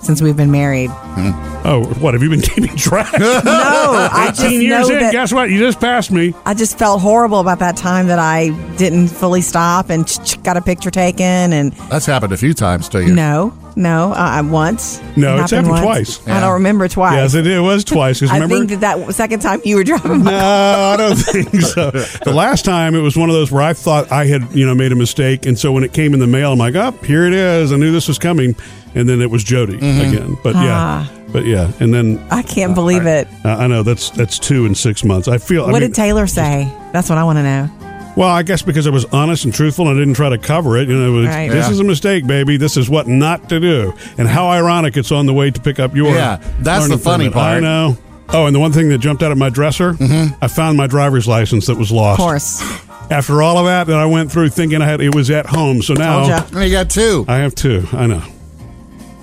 Speaker 2: since we've been married.
Speaker 1: Oh, what have you been keeping track?
Speaker 2: No, I just
Speaker 1: Eighteen years
Speaker 2: know
Speaker 1: in,
Speaker 2: that
Speaker 1: guess what? You just passed me.
Speaker 2: I just felt horrible about that time that I didn't fully stop and ch- ch- got a picture taken. And
Speaker 3: That's happened a few times to you.
Speaker 2: no, no, uh, once.
Speaker 1: No, it's happened
Speaker 2: once.
Speaker 1: twice.
Speaker 2: I
Speaker 3: Yeah.
Speaker 2: don't remember twice.
Speaker 1: Yes, it, it was twice. 'cause
Speaker 2: I
Speaker 1: remember,
Speaker 2: think that that second time you were driving
Speaker 1: No, I don't think so. The last time it was one of those where I thought I had, you know, made a mistake, and so when it came in the mail, I'm like, oh, here it is. I knew this was coming, and then it was Jody again. But
Speaker 2: Ah.
Speaker 1: yeah, but yeah, and then
Speaker 2: I can't believe it.
Speaker 1: I I know that's that's two in six months. I feel. I
Speaker 2: What
Speaker 1: mean,
Speaker 2: did Taylor say? That's what I want to know.
Speaker 1: Well, I guess because I was honest and truthful and I didn't try to cover it. You know, it was,
Speaker 2: Right.
Speaker 1: this
Speaker 3: Yeah.
Speaker 1: is a mistake, baby. This is what not to do. And how ironic it's on the way to pick up your.
Speaker 3: Yeah, that's
Speaker 1: learning
Speaker 3: the funny
Speaker 1: permit. I
Speaker 3: part.
Speaker 1: know. Oh, and the one thing that jumped out of my dresser, I found my driver's license that was
Speaker 2: Of
Speaker 1: lost.
Speaker 2: course.
Speaker 1: After all of that, that I went through thinking I had it was at home. So
Speaker 2: Told ya.
Speaker 1: now
Speaker 3: And you got two.
Speaker 1: I have two. I know.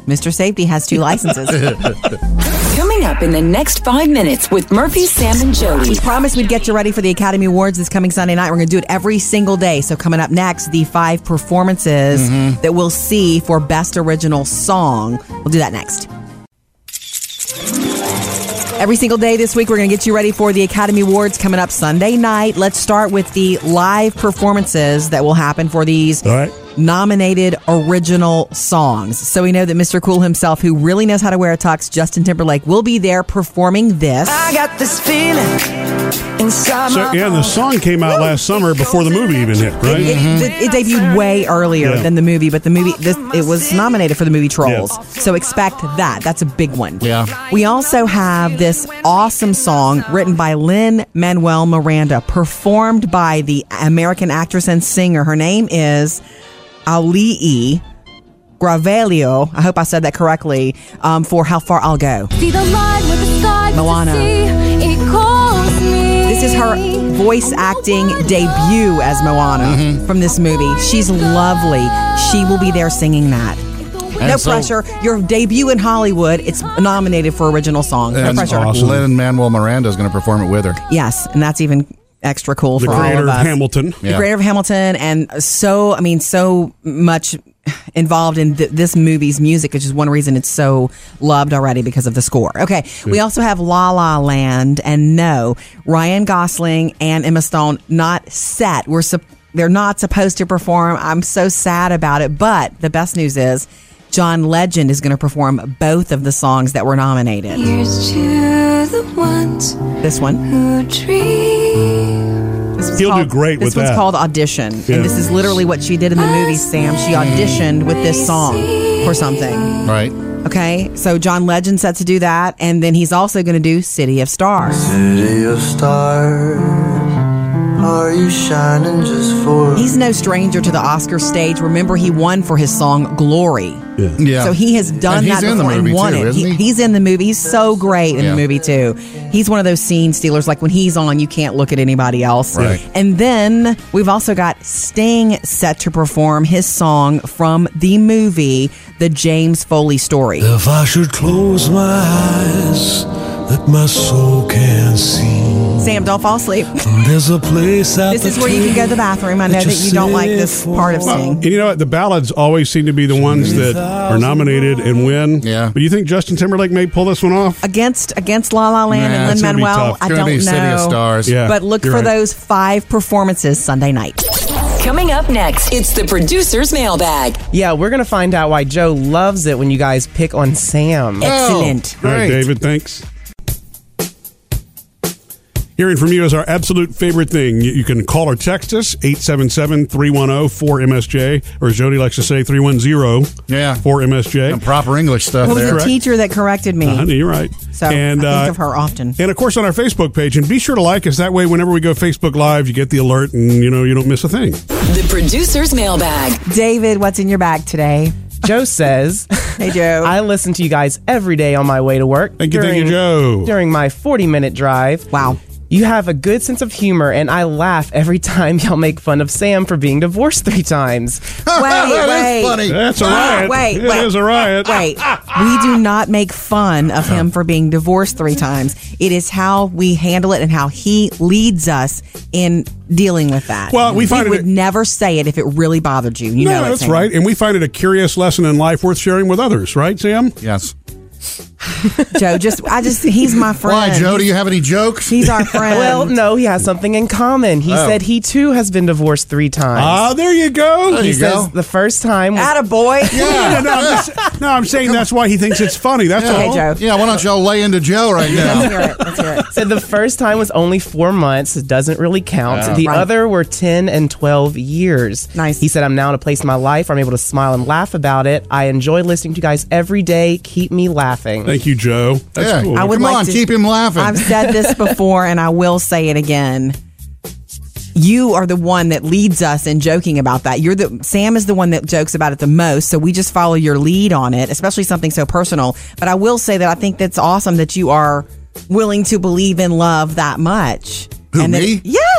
Speaker 2: Mr. Safety has two licenses.
Speaker 4: Coming up in the next five minutes with Murphy, Sam, and Jody.
Speaker 2: we promised we'd get you ready for the Academy Awards this coming Sunday night. We're going to do it every single day. So, coming up next, the five performances
Speaker 1: Mm-hmm.
Speaker 2: that we'll see for Best Original Song. We'll do that next. Every single day this week, we're going to get you ready for the Academy Awards coming up Sunday night. Let's start with the live performances that will happen for these
Speaker 1: All right.
Speaker 2: nominated original songs. So we know that Mr. Cool himself, who really knows how to wear a tux, Justin Timberlake, will be there performing this.
Speaker 7: I got this feeling inside
Speaker 1: So,
Speaker 7: my
Speaker 2: Uh-huh.
Speaker 1: yeah, and the song came out last summer before the movie even hit, right? Mm-hmm.
Speaker 2: It, it, it debuted way earlier
Speaker 1: Yeah.
Speaker 2: than the movie, but the movie this it was nominated for the movie Trolls, so expect that. That's a big one.
Speaker 3: Yeah.
Speaker 2: We also have this awesome song written by Lynn Manuel Miranda, performed by the American actress and singer. Her name is Ali'i Gravelio. I hope I said that correctly. Um, for how far I'll go.
Speaker 6: See the line with the sky
Speaker 2: Moana.
Speaker 6: To see. It calls me.
Speaker 2: This is her voice acting debut as Moana from this movie. She's lovely. She will be there singing that. no
Speaker 3: And so-
Speaker 2: pressure. Your debut in Hollywood. It's nominated for original song. No
Speaker 3: And
Speaker 2: pressure.
Speaker 1: awesome.
Speaker 3: Lynn Manuel Miranda is going to perform it with her.
Speaker 2: Yes, and that's even extra cool
Speaker 1: The
Speaker 2: for all
Speaker 1: creator
Speaker 2: of
Speaker 1: of
Speaker 2: us.
Speaker 1: Hamilton.
Speaker 2: The
Speaker 3: Yeah.
Speaker 2: creator of Hamilton, and so I mean, so much involved in th- this movie's music, which is one reason it's so loved already because of the score. Okay, we also have La La Land, and no, Ryan Gosling and Emma Stone not set. We're sup- they're not supposed to perform. I'm so sad about it, but the best news is. John Legend is going to perform both of the songs that were nominated.
Speaker 6: Here's to the ones
Speaker 2: This one.
Speaker 6: who dream.
Speaker 2: This one's
Speaker 1: He'll do
Speaker 2: called-
Speaker 1: great
Speaker 2: this
Speaker 1: with
Speaker 2: one's
Speaker 1: that.
Speaker 2: called audition,
Speaker 1: Yeah.
Speaker 2: and this is literally what she did in the movie. Sam, she auditioned with this song for something.
Speaker 3: Right?
Speaker 2: Okay, so John Legend set to do that, and then he's also going to do City of Stars.
Speaker 7: City of stars, are you shining just for
Speaker 2: He's no stranger to the Oscar stage. Remember, he won for his song Glory.
Speaker 3: Yeah.
Speaker 2: So he has done
Speaker 3: And he's
Speaker 2: that
Speaker 3: in the
Speaker 2: before and
Speaker 3: movie
Speaker 2: won
Speaker 3: too,
Speaker 2: it.
Speaker 3: isn't he?
Speaker 2: He's in the movie. He's so great in
Speaker 3: Yeah.
Speaker 2: the movie too. He's one of those scene stealers. Like when he's on, you can't look at anybody else.
Speaker 3: Right.
Speaker 2: And then we've also got Sting set to perform his song from the movie, The James Foley Story.
Speaker 11: If I should close my eyes that my soul can see,
Speaker 2: Sam, don't fall asleep.
Speaker 11: there's a place out
Speaker 2: This is where you can go to the bathroom. I know that you don't like this part of
Speaker 1: Well, and
Speaker 2: singing.
Speaker 1: you know what? The ballads always seem to be the ones that are nominated and win.
Speaker 3: Yeah.
Speaker 1: But you think Justin Timberlake may pull this one off?
Speaker 2: Against against La La Land
Speaker 3: Nah,
Speaker 2: and
Speaker 3: it's
Speaker 2: Lin
Speaker 1: gonna be
Speaker 2: Manuel,
Speaker 1: tough.
Speaker 2: I
Speaker 3: It's
Speaker 2: don't
Speaker 3: going to be
Speaker 2: know.
Speaker 3: City of Stars.
Speaker 1: Yeah.
Speaker 2: But look for
Speaker 1: you're right.
Speaker 2: those five performances Sunday night.
Speaker 4: Coming up next, it's the producer's mailbag.
Speaker 9: Yeah, we're gonna find out why Joe loves it when you guys pick on Sam.
Speaker 3: Oh,
Speaker 2: Excellent.
Speaker 1: All right,
Speaker 3: Great.
Speaker 1: David, thanks. Hearing from you is our absolute favorite thing. You, you can call or text us, 877-310-4MSJ, or as Jody likes to say, 310-4MSJ. Yeah.
Speaker 3: proper English stuff
Speaker 2: Well, it was
Speaker 1: there.
Speaker 2: a teacher that corrected me.
Speaker 1: Uh-huh, you're right. uh,
Speaker 2: So I think of her often.
Speaker 1: And of course on our Facebook page. And be sure to like us. That way, whenever we go Facebook Live, you get the alert and, you know, you don't miss a thing.
Speaker 4: The producer's mailbag.
Speaker 2: David, what's in your bag today?
Speaker 9: Joe says,
Speaker 2: "Hey Joe,
Speaker 9: I listen to you guys every day on my way to work.
Speaker 1: Thank you, thank you, Joe.
Speaker 9: During my 40 minute drive.
Speaker 2: Wow.
Speaker 9: You have a good sense of humor, and I laugh every time y'all make fun of Sam for being divorced three times.
Speaker 2: Wait, wait.
Speaker 1: That's a riot.
Speaker 2: Wait,
Speaker 1: It
Speaker 2: wait.
Speaker 1: is a riot.
Speaker 2: Wait. We do not make fun of him for being divorced three times. It is how we handle it and how he leads us in dealing with that.
Speaker 1: Well, we find it-
Speaker 2: would never say it if it really bothered you. You
Speaker 1: no,
Speaker 2: know it,
Speaker 1: that's
Speaker 2: Sam.
Speaker 1: right. And we find it a curious lesson in life worth sharing with others, right, Sam?
Speaker 3: Yes.
Speaker 2: Joe, just I just he's my friend.
Speaker 3: Why, Joe? Do you have any jokes?
Speaker 2: He's our friend.
Speaker 9: Well, no, he has something in common. He
Speaker 3: Oh.
Speaker 9: said he too has been divorced three times.
Speaker 1: Ah, there you go. There
Speaker 9: he
Speaker 1: you
Speaker 9: says
Speaker 1: go.
Speaker 9: the first time was
Speaker 2: At a boy.
Speaker 1: no, no, I'm just- no, I'm saying that's why he thinks it's funny. That's
Speaker 3: Yeah.
Speaker 1: all.
Speaker 3: Yeah, why don't y'all lay into Joe right now?
Speaker 9: said the first time was only four months. It doesn't really count.
Speaker 3: Yeah.
Speaker 9: The
Speaker 3: Right.
Speaker 9: other were 10 and 12 years. Nice. He said, I'm now in a place in my life where I'm able to smile and laugh about it. I enjoy listening to you guys every day. Keep me laughing.
Speaker 1: Thank you, Joe. That's
Speaker 3: Yeah.
Speaker 1: cool.
Speaker 3: I would Come like on, to- keep him laughing.
Speaker 2: I've said this before and I will say it again. You are the one that leads us in joking about that. You're the Sam is the one that jokes about it the most, so we just follow your lead on it, especially something so personal. But I will say that I think that's awesome that you are willing to believe in love that much.
Speaker 3: Who,
Speaker 2: that-
Speaker 3: me? Oh.
Speaker 2: yes.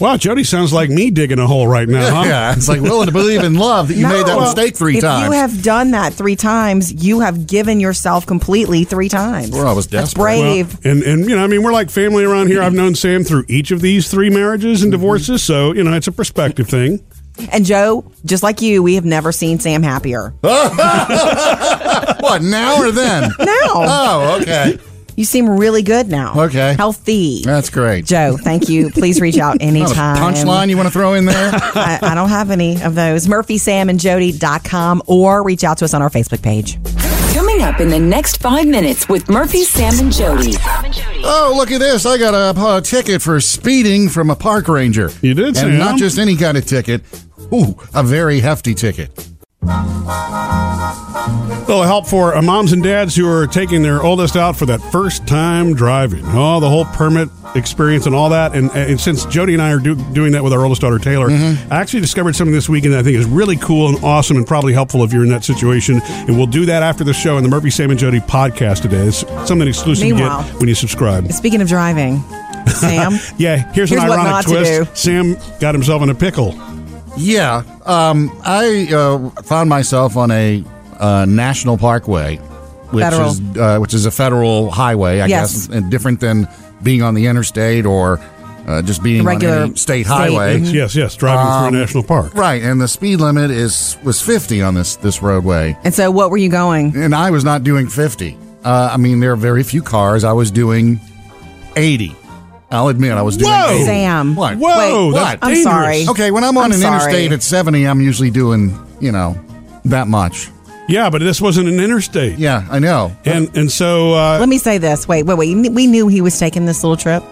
Speaker 1: Wow, Jody sounds like me digging a hole right now, huh?
Speaker 3: Yeah, it's like willing to believe in love that you made that
Speaker 2: No.
Speaker 3: mistake three
Speaker 2: if
Speaker 3: times.
Speaker 2: you have done that three times, you have given yourself completely three times.
Speaker 3: Well, I was
Speaker 2: That's
Speaker 3: desperate.
Speaker 2: brave.
Speaker 1: Well, and and you know, I mean, we're like family around here. I've known Sam through each of these three marriages and divorces, so you know, it's a perspective thing.
Speaker 2: And Joe, just like you, we have never seen Sam happier.
Speaker 3: what now or then?
Speaker 2: Now.
Speaker 3: Oh, okay.
Speaker 2: You seem really good now.
Speaker 3: Okay.
Speaker 2: Healthy.
Speaker 3: That's great.
Speaker 2: Joe, thank you. Please reach out
Speaker 3: Not a
Speaker 2: anytime.
Speaker 3: punchline you want to throw in there?
Speaker 2: I, I don't have any of those. MurphySamandJody.com or reach out to us on our Facebook page.
Speaker 4: Coming up in the next five minutes with Murphy, Sam, and Jody.
Speaker 3: Oh, look at this. I got a, a ticket for speeding from a park ranger. You did, And
Speaker 1: Sam.
Speaker 3: not just any kind of ticket. Ooh, a very hefty ticket.
Speaker 1: little help for uh, moms and dads who are taking their oldest out for that first time driving. Oh, the whole permit experience and all that. And, uh, and since Jody and I are do, doing that with our oldest daughter, Taylor, I actually discovered something this weekend that I think is really cool and awesome and probably helpful if you're in that situation. And we'll do that after the show in the Murphy, Sam, and Jody podcast today. It's something exclusive you
Speaker 2: Meanwhile-
Speaker 1: get when you subscribe.
Speaker 2: Speaking of driving, Sam.
Speaker 1: Yeah, here's,
Speaker 2: Here's
Speaker 1: an
Speaker 2: what
Speaker 1: ironic
Speaker 2: not to
Speaker 1: twist. Sam got himself in a pickle.
Speaker 3: Yeah. Um, I uh, found myself on a uh, national parkway, which
Speaker 2: Federal.
Speaker 3: is uh, which is a federal highway, I
Speaker 2: Yes.
Speaker 3: guess, and different than being on the interstate or uh, just being on
Speaker 2: regular
Speaker 3: any
Speaker 2: state,
Speaker 3: state highway.
Speaker 2: mhm.
Speaker 1: Yes, yes, driving
Speaker 3: Um,
Speaker 1: through a national park.
Speaker 3: Right, and the speed limit is was 50 on this this roadway.
Speaker 2: And so, what were you going?
Speaker 3: and I was not doing 50. Uh, I mean, there are very few cars. I was doing 80. I'll admit, I was doing.
Speaker 1: Whoa!
Speaker 3: 80.
Speaker 2: Sam.
Speaker 3: What?
Speaker 1: Whoa,
Speaker 2: Wait,
Speaker 1: that's
Speaker 2: I'm
Speaker 1: dangerous.
Speaker 2: sorry.
Speaker 3: Okay, when I'm on
Speaker 2: I'm
Speaker 3: an
Speaker 2: sorry.
Speaker 3: interstate at 70, I'm usually doing, you know, that much.
Speaker 1: Yeah, but this wasn't an interstate.
Speaker 3: Yeah, I know.
Speaker 1: And and so uh,
Speaker 2: Let me say this. Wait, wait, wait. We knew he was taking this little trip.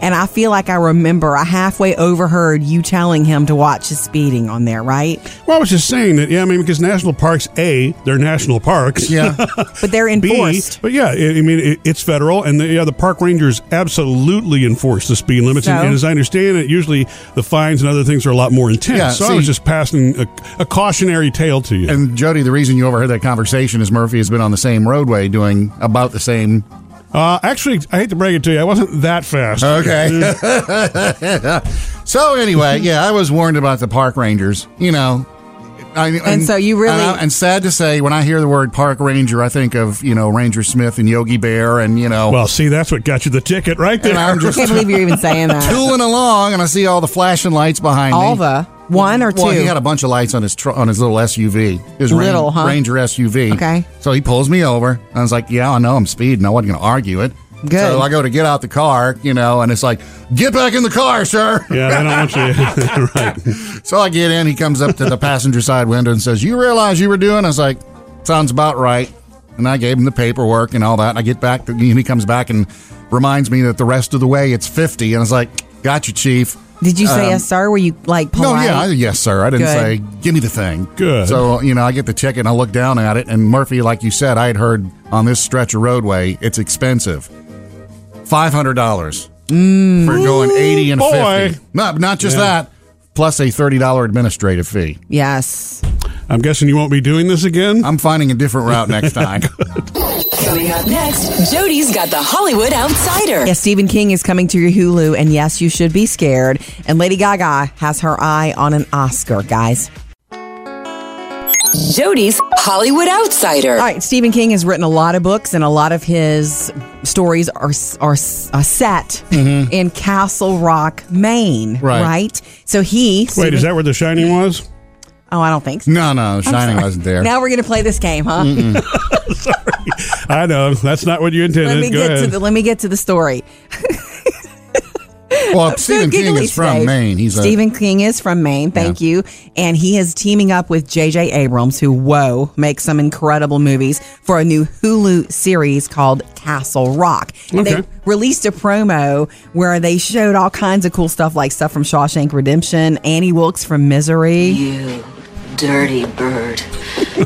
Speaker 2: And I feel like I remember I halfway overheard you telling him to watch his speeding on there, right?
Speaker 1: Well, I was just saying that, yeah, I mean, because national parks, A, they're national parks.
Speaker 3: Yeah.
Speaker 2: But they're
Speaker 1: B,
Speaker 2: enforced.
Speaker 1: but yeah, I I mean, it, it's federal, and the, yeah, the park rangers absolutely enforce the speed limits. And,
Speaker 2: So?
Speaker 1: and as I understand it, usually the fines and other things are a lot more intense.
Speaker 3: Yeah,
Speaker 1: so I
Speaker 3: see-
Speaker 1: was just passing a, a cautionary tale to you.
Speaker 3: And Jody, the reason you overheard that conversation is Murphy has been on the same roadway doing about the same.
Speaker 1: uh, actually, I hate to break it to you, I wasn't that fast.
Speaker 3: Okay. so anyway, yeah, I was warned about the park rangers. You know, I, and,
Speaker 2: so you really-
Speaker 3: and, I- and sad to say, when I hear the word park ranger, I think of you know Ranger Smith and Yogi Bear, and you know,
Speaker 1: well, see, that's what got you the ticket right there.
Speaker 3: and I'm just
Speaker 2: I can't believe you're even saying that.
Speaker 3: tooling along, and I see all the flashing lights behind me.
Speaker 2: All the one or two.
Speaker 3: Well, he had a bunch of lights on his tr- on his little SUV, his
Speaker 2: Little,
Speaker 3: Ran-
Speaker 2: huh?
Speaker 3: Ranger SUV.
Speaker 2: Okay.
Speaker 3: So he pulls me over. And I was like, "Yeah, I know I'm speeding. I wasn't going to argue it."
Speaker 2: Good.
Speaker 3: So I go to get out the car, you know, and it's like, "Get back in the car, sir."
Speaker 1: yeah, I don't want you. right.
Speaker 3: So I get in. He comes up to the passenger side window and says, "You realize you were doing?" I was like, "Sounds about right." And I gave him the paperwork and all that. And I get back, and he comes back and reminds me that the rest of the way it's 50. And I was like, got you, Chief.
Speaker 2: Did you say
Speaker 3: Um,
Speaker 2: yes, sir? Were you like polite?
Speaker 3: No, yeah, I- yes, sir. I didn't
Speaker 2: Good.
Speaker 3: say give me the thing.
Speaker 1: Good.
Speaker 3: So you know, I get the ticket and I look down at it, and Murphy, like you said, I had heard on this stretch of roadway, it's expensive, five hundred dollars
Speaker 2: Mm.
Speaker 3: for going eighty and
Speaker 2: Ooh, boy.
Speaker 3: fifty. Not not just
Speaker 2: Yeah.
Speaker 3: that, plus a thirty dollar administrative fee.
Speaker 2: Yes.
Speaker 1: I'm guessing you won't be doing this again.
Speaker 3: I'm finding a different route next time.
Speaker 4: Coming up next, Jody's got the Hollywood Outsider.
Speaker 2: Yes, Stephen King is coming to your Hulu, and yes, you should be scared. And Lady Gaga has her eye on an Oscar, guys.
Speaker 4: Jody's Hollywood Outsider.
Speaker 2: All right, Stephen King has written a lot of books, and a lot of his stories are are, uh set in Castle Rock, Maine.
Speaker 1: Right.
Speaker 2: So he.
Speaker 1: Wait, is that where The Shining was?
Speaker 2: Oh, I don't think so.
Speaker 3: No, no, The
Speaker 2: I'm
Speaker 3: Shining
Speaker 2: sorry.
Speaker 3: wasn't there.
Speaker 2: Now we're gonna play this game, huh?
Speaker 1: I know that's not what you intended.
Speaker 2: Let me
Speaker 1: Go
Speaker 2: get
Speaker 1: ahead.
Speaker 2: to the let me get to the story.
Speaker 3: well, Stephen King
Speaker 2: giggly
Speaker 3: is from
Speaker 2: today.
Speaker 3: Maine. He's a
Speaker 2: Stephen King is from Maine. Thank you. And he is teaming up with J.J. Abrams, who, whoa, makes some incredible movies for a new Hulu series called Castle Rock. And
Speaker 1: Okay.
Speaker 2: They released a promo where they showed all kinds of cool stuff, like stuff from Shawshank Redemption, Annie Wilkes from Misery.
Speaker 5: You dirty bird.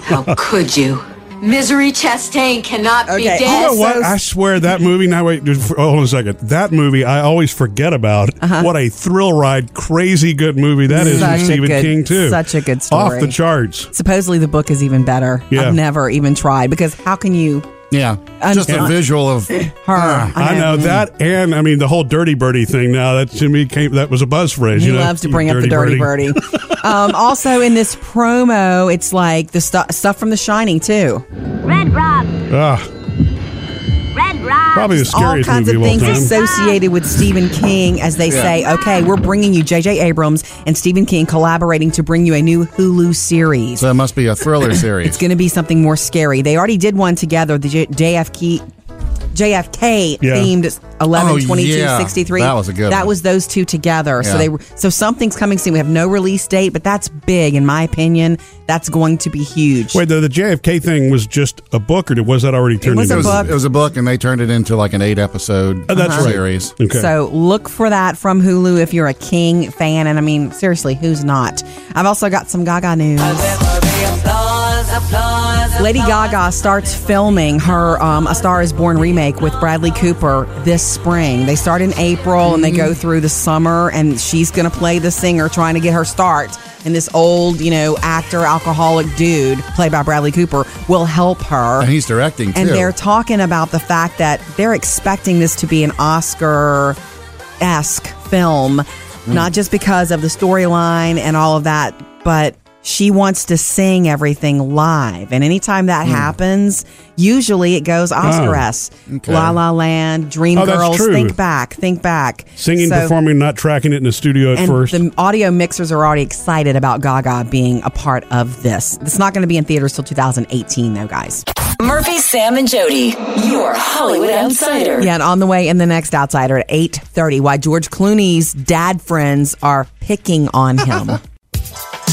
Speaker 5: How could you? Misery Chastain cannot be
Speaker 2: Okay,
Speaker 5: dead.
Speaker 1: You know what? I swear that movie. Now wait, just- oh, hold on a second. That movie I always forget about. What a thrill ride, crazy good movie that is.
Speaker 2: Uh-huh. Such
Speaker 1: from
Speaker 2: a
Speaker 1: Stephen
Speaker 2: good-
Speaker 1: King too.
Speaker 2: such a good story.
Speaker 1: Off the charts.
Speaker 2: Supposedly the book is even better.
Speaker 1: Yeah.
Speaker 2: I've never even tried because how can you?
Speaker 3: yeah, just a
Speaker 2: Un-
Speaker 3: visual of Ah. her.
Speaker 1: I know, that, and I mean the whole "dirty birdie" thing. Now that to me came that was a buzz phrase.
Speaker 2: He
Speaker 1: you know?
Speaker 2: loves to
Speaker 1: You
Speaker 2: bring up the dirty birdie. um, also, in this promo, it's like the stu- stuff from The Shining too.
Speaker 12: Red Rob.
Speaker 1: Ah,
Speaker 12: Red Rob.
Speaker 1: probably the
Speaker 2: Just all
Speaker 1: scariest
Speaker 2: kinds
Speaker 1: movie of
Speaker 2: of
Speaker 1: all
Speaker 2: things
Speaker 1: time.
Speaker 2: associated with Stephen King as they
Speaker 1: Yeah.
Speaker 2: say, okay, we're bringing you J.J. Abrams and Stephen King collaborating to bring you a new Hulu series.
Speaker 3: So it must be a thriller series.
Speaker 2: It's going to be something more scary. They already did one together, the J- JFK. JFK
Speaker 3: Yeah.
Speaker 2: themed 11,
Speaker 3: Oh,
Speaker 2: 22,
Speaker 3: yeah.
Speaker 2: 63.
Speaker 3: That was a good
Speaker 2: That
Speaker 3: one.
Speaker 2: was those two together. So
Speaker 3: Yeah.
Speaker 2: they were, so something's coming soon. We have no release date, but that's big in my opinion. That's going to be huge.
Speaker 1: Wait, the, the JFK thing was just a book, or was that already turned into
Speaker 3: it
Speaker 1: a
Speaker 3: was, it was a book, and they turned it into like an eight episode
Speaker 1: Oh, that's right.
Speaker 3: series.
Speaker 1: Okay.
Speaker 2: Uh-huh. So look for that from Hulu if you're a King fan. And I mean, seriously, who's not? I've also got some Gaga news. Lady Gaga starts filming her um, A Star is Born remake with Bradley Cooper this spring. They start in April and they
Speaker 3: Mm-hmm.
Speaker 2: go through the summer, and she's going to play the singer trying to get her start. And this old, you know, actor, alcoholic dude, played by Bradley Cooper, will help her.
Speaker 3: And he's directing too.
Speaker 2: And they're talking about the fact that they're expecting this to be an Oscar esque film,
Speaker 1: Hmm.
Speaker 2: not just because of the storyline and all of that, but she wants to sing everything live. And anytime
Speaker 1: Hmm.
Speaker 2: that happens, usually it goes Oscar esque.
Speaker 1: Oh, okay.
Speaker 2: La La Land, Dream
Speaker 1: Oh, that's
Speaker 2: Girls,
Speaker 1: true.
Speaker 2: Think Back, Think Back.
Speaker 1: Singing,
Speaker 2: So-
Speaker 1: performing, not tracking it in the studio at
Speaker 2: and
Speaker 1: first.
Speaker 2: the audio mixers are already excited about Gaga being a part of this. It's not going to be in theaters till 2018, though, guys.
Speaker 4: Murphy, Sam, and Jody, your Hollywood Outsider.
Speaker 2: Yeah, and on the way in the next Outsider at 8.30, why George Clooney's dad friends are picking on him.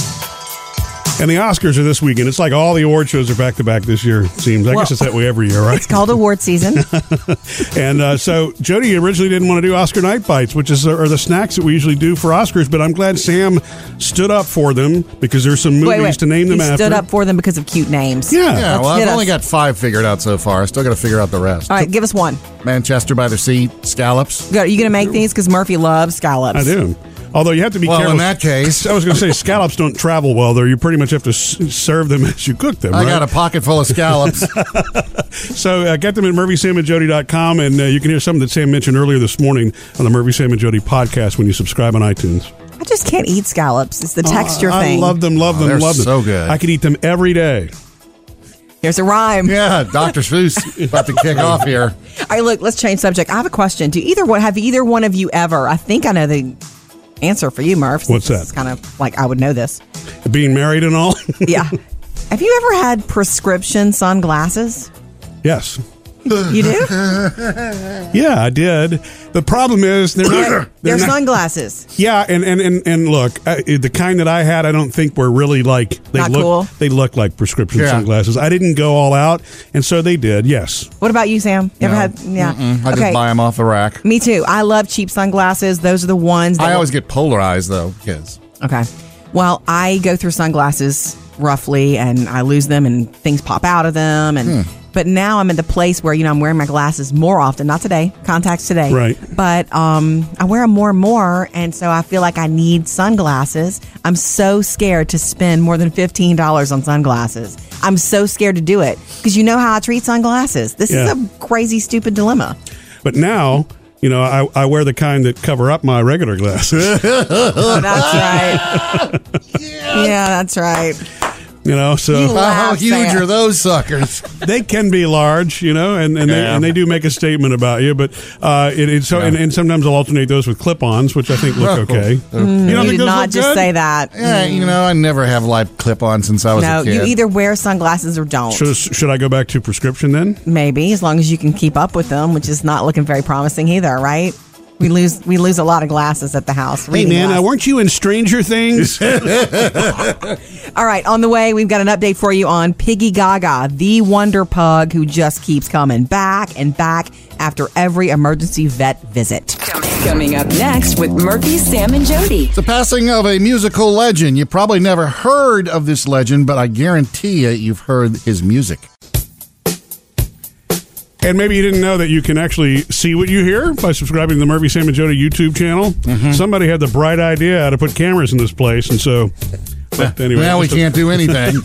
Speaker 1: and the Oscars are this weekend. It's like all the award shows are back to back this year. It seems. I
Speaker 2: Well-
Speaker 1: guess it's that way every year, right?
Speaker 2: it's called award season.
Speaker 1: And uh, so Jody originally didn't want to do Oscar night bites, which is are the snacks that we usually do for Oscars. But I'm glad Sam stood up for them because there's some movies to name them
Speaker 2: he
Speaker 1: after.
Speaker 2: stood up for them because of cute names.
Speaker 1: Yeah.
Speaker 3: yeah,
Speaker 2: Let's
Speaker 3: well, I've
Speaker 2: hit
Speaker 3: only
Speaker 2: us.
Speaker 3: got five figured out so far. I still got to figure out the rest.
Speaker 2: All right, give us one.
Speaker 3: Manchester by the Sea scallops.
Speaker 2: Go- Are you going to make these? Because Murphy loves scallops.
Speaker 1: I do. Although you have to be
Speaker 3: Well, in
Speaker 1: careful.
Speaker 3: that case-
Speaker 1: I was going to say scallops don't travel well. There, you pretty much have to s- serve them as you cook them.
Speaker 3: I
Speaker 1: right?
Speaker 3: got a pocket full of scallops.
Speaker 1: So uh, get them at murphysamandjody.com, and uh, you can hear something that Sam mentioned earlier this morning on the Murphy Sam and Jody podcast when you subscribe on iTunes.
Speaker 2: I just can't eat scallops. It's the texture
Speaker 1: Oh, I,
Speaker 2: thing.
Speaker 1: I love them, love
Speaker 3: Oh,
Speaker 1: them,
Speaker 3: they're
Speaker 1: love them.
Speaker 3: so good.
Speaker 1: I could eat them every day.
Speaker 2: Here's a rhyme.
Speaker 3: yeah, Dr. Seuss about to kick off here.
Speaker 2: All right, look, let's change subject. I have a question. Do either one have either one of you ever? I think I know the answer for you, Murph.
Speaker 1: What's that?
Speaker 2: It's kind of like I would know this.
Speaker 1: Being married and all.
Speaker 2: Yeah. have you ever had prescription sunglasses?
Speaker 1: yes.
Speaker 2: You do?
Speaker 1: Yeah, I did. The problem is they're not.
Speaker 2: They're,
Speaker 1: they're not-
Speaker 2: sunglasses.
Speaker 1: Yeah, and and and, and look, uh, the kind that I had, I don't think were really like they
Speaker 2: Not
Speaker 1: look.
Speaker 2: cool.
Speaker 1: They look like prescription
Speaker 3: Yeah.
Speaker 1: sunglasses. I didn't go all out, and so they did. Yes,
Speaker 2: What about you, Sam? You ever
Speaker 3: No.
Speaker 2: had? Yeah.
Speaker 3: Mm-mm. I just buy them off the rack.
Speaker 2: Me too. I love cheap sunglasses. Those are the ones. That
Speaker 3: I always get polarized though, because
Speaker 2: Okay. Well, I go through sunglasses roughly and I lose them and things pop out of them and
Speaker 3: Hmm.
Speaker 2: but now I'm at the place where you know I'm wearing my glasses more often, not today, contacts today.
Speaker 1: Right.
Speaker 2: But um I wear them more and more and so I feel like I need sunglasses. I'm so scared to spend more than $15 on sunglasses. I'm so scared to do it because you know how I treat sunglasses. This
Speaker 1: Yeah.
Speaker 2: is a crazy stupid dilemma.
Speaker 1: but now you know I, I wear the kind that cover up my regular glasses.
Speaker 2: That's right. Yeah, that's right.
Speaker 1: you know, so
Speaker 2: You laugh,
Speaker 3: how huge
Speaker 2: Sam.
Speaker 3: are those suckers?
Speaker 1: they can be large, you know, and, and, they,
Speaker 3: Yeah.
Speaker 1: and they do make a statement about you. But uh, it, it's so, and, and sometimes I'll alternate those with clip-ons, which I think look okay.
Speaker 2: You,
Speaker 1: don't think
Speaker 2: did
Speaker 1: those
Speaker 2: Mm. not
Speaker 1: look
Speaker 2: just
Speaker 1: good?
Speaker 2: say that.
Speaker 3: yeah, you know, I never have live clip-on since I was
Speaker 2: No,
Speaker 3: a kid.
Speaker 2: you either wear sunglasses or don't.
Speaker 1: Should, should I go back to prescription then?
Speaker 2: Maybe as long as you can keep up with them, which is not looking very promising either, right? We lose we lose a lot of glasses at the house.
Speaker 1: Hey
Speaker 2: reading
Speaker 1: man, uh,
Speaker 2: glasses.
Speaker 1: weren't you in Stranger Things?
Speaker 2: All right, on the way, we've got an update for you on Piggy Gaga, the wonder pug who just keeps coming back and back after every emergency vet visit.
Speaker 4: Coming up next with Murphy, Sam, and Jody.
Speaker 3: The passing of a musical legend. You probably never heard of this legend, but I guarantee you, you've heard his music.
Speaker 1: And maybe you didn't know that you can actually see what you hear by subscribing to the Murphy Sam and Jody YouTube channel.
Speaker 3: Mm-hmm.
Speaker 1: Somebody had the bright idea how to put cameras in this place, and so. But anyway,
Speaker 3: now we
Speaker 1: just a-
Speaker 3: can't do anything.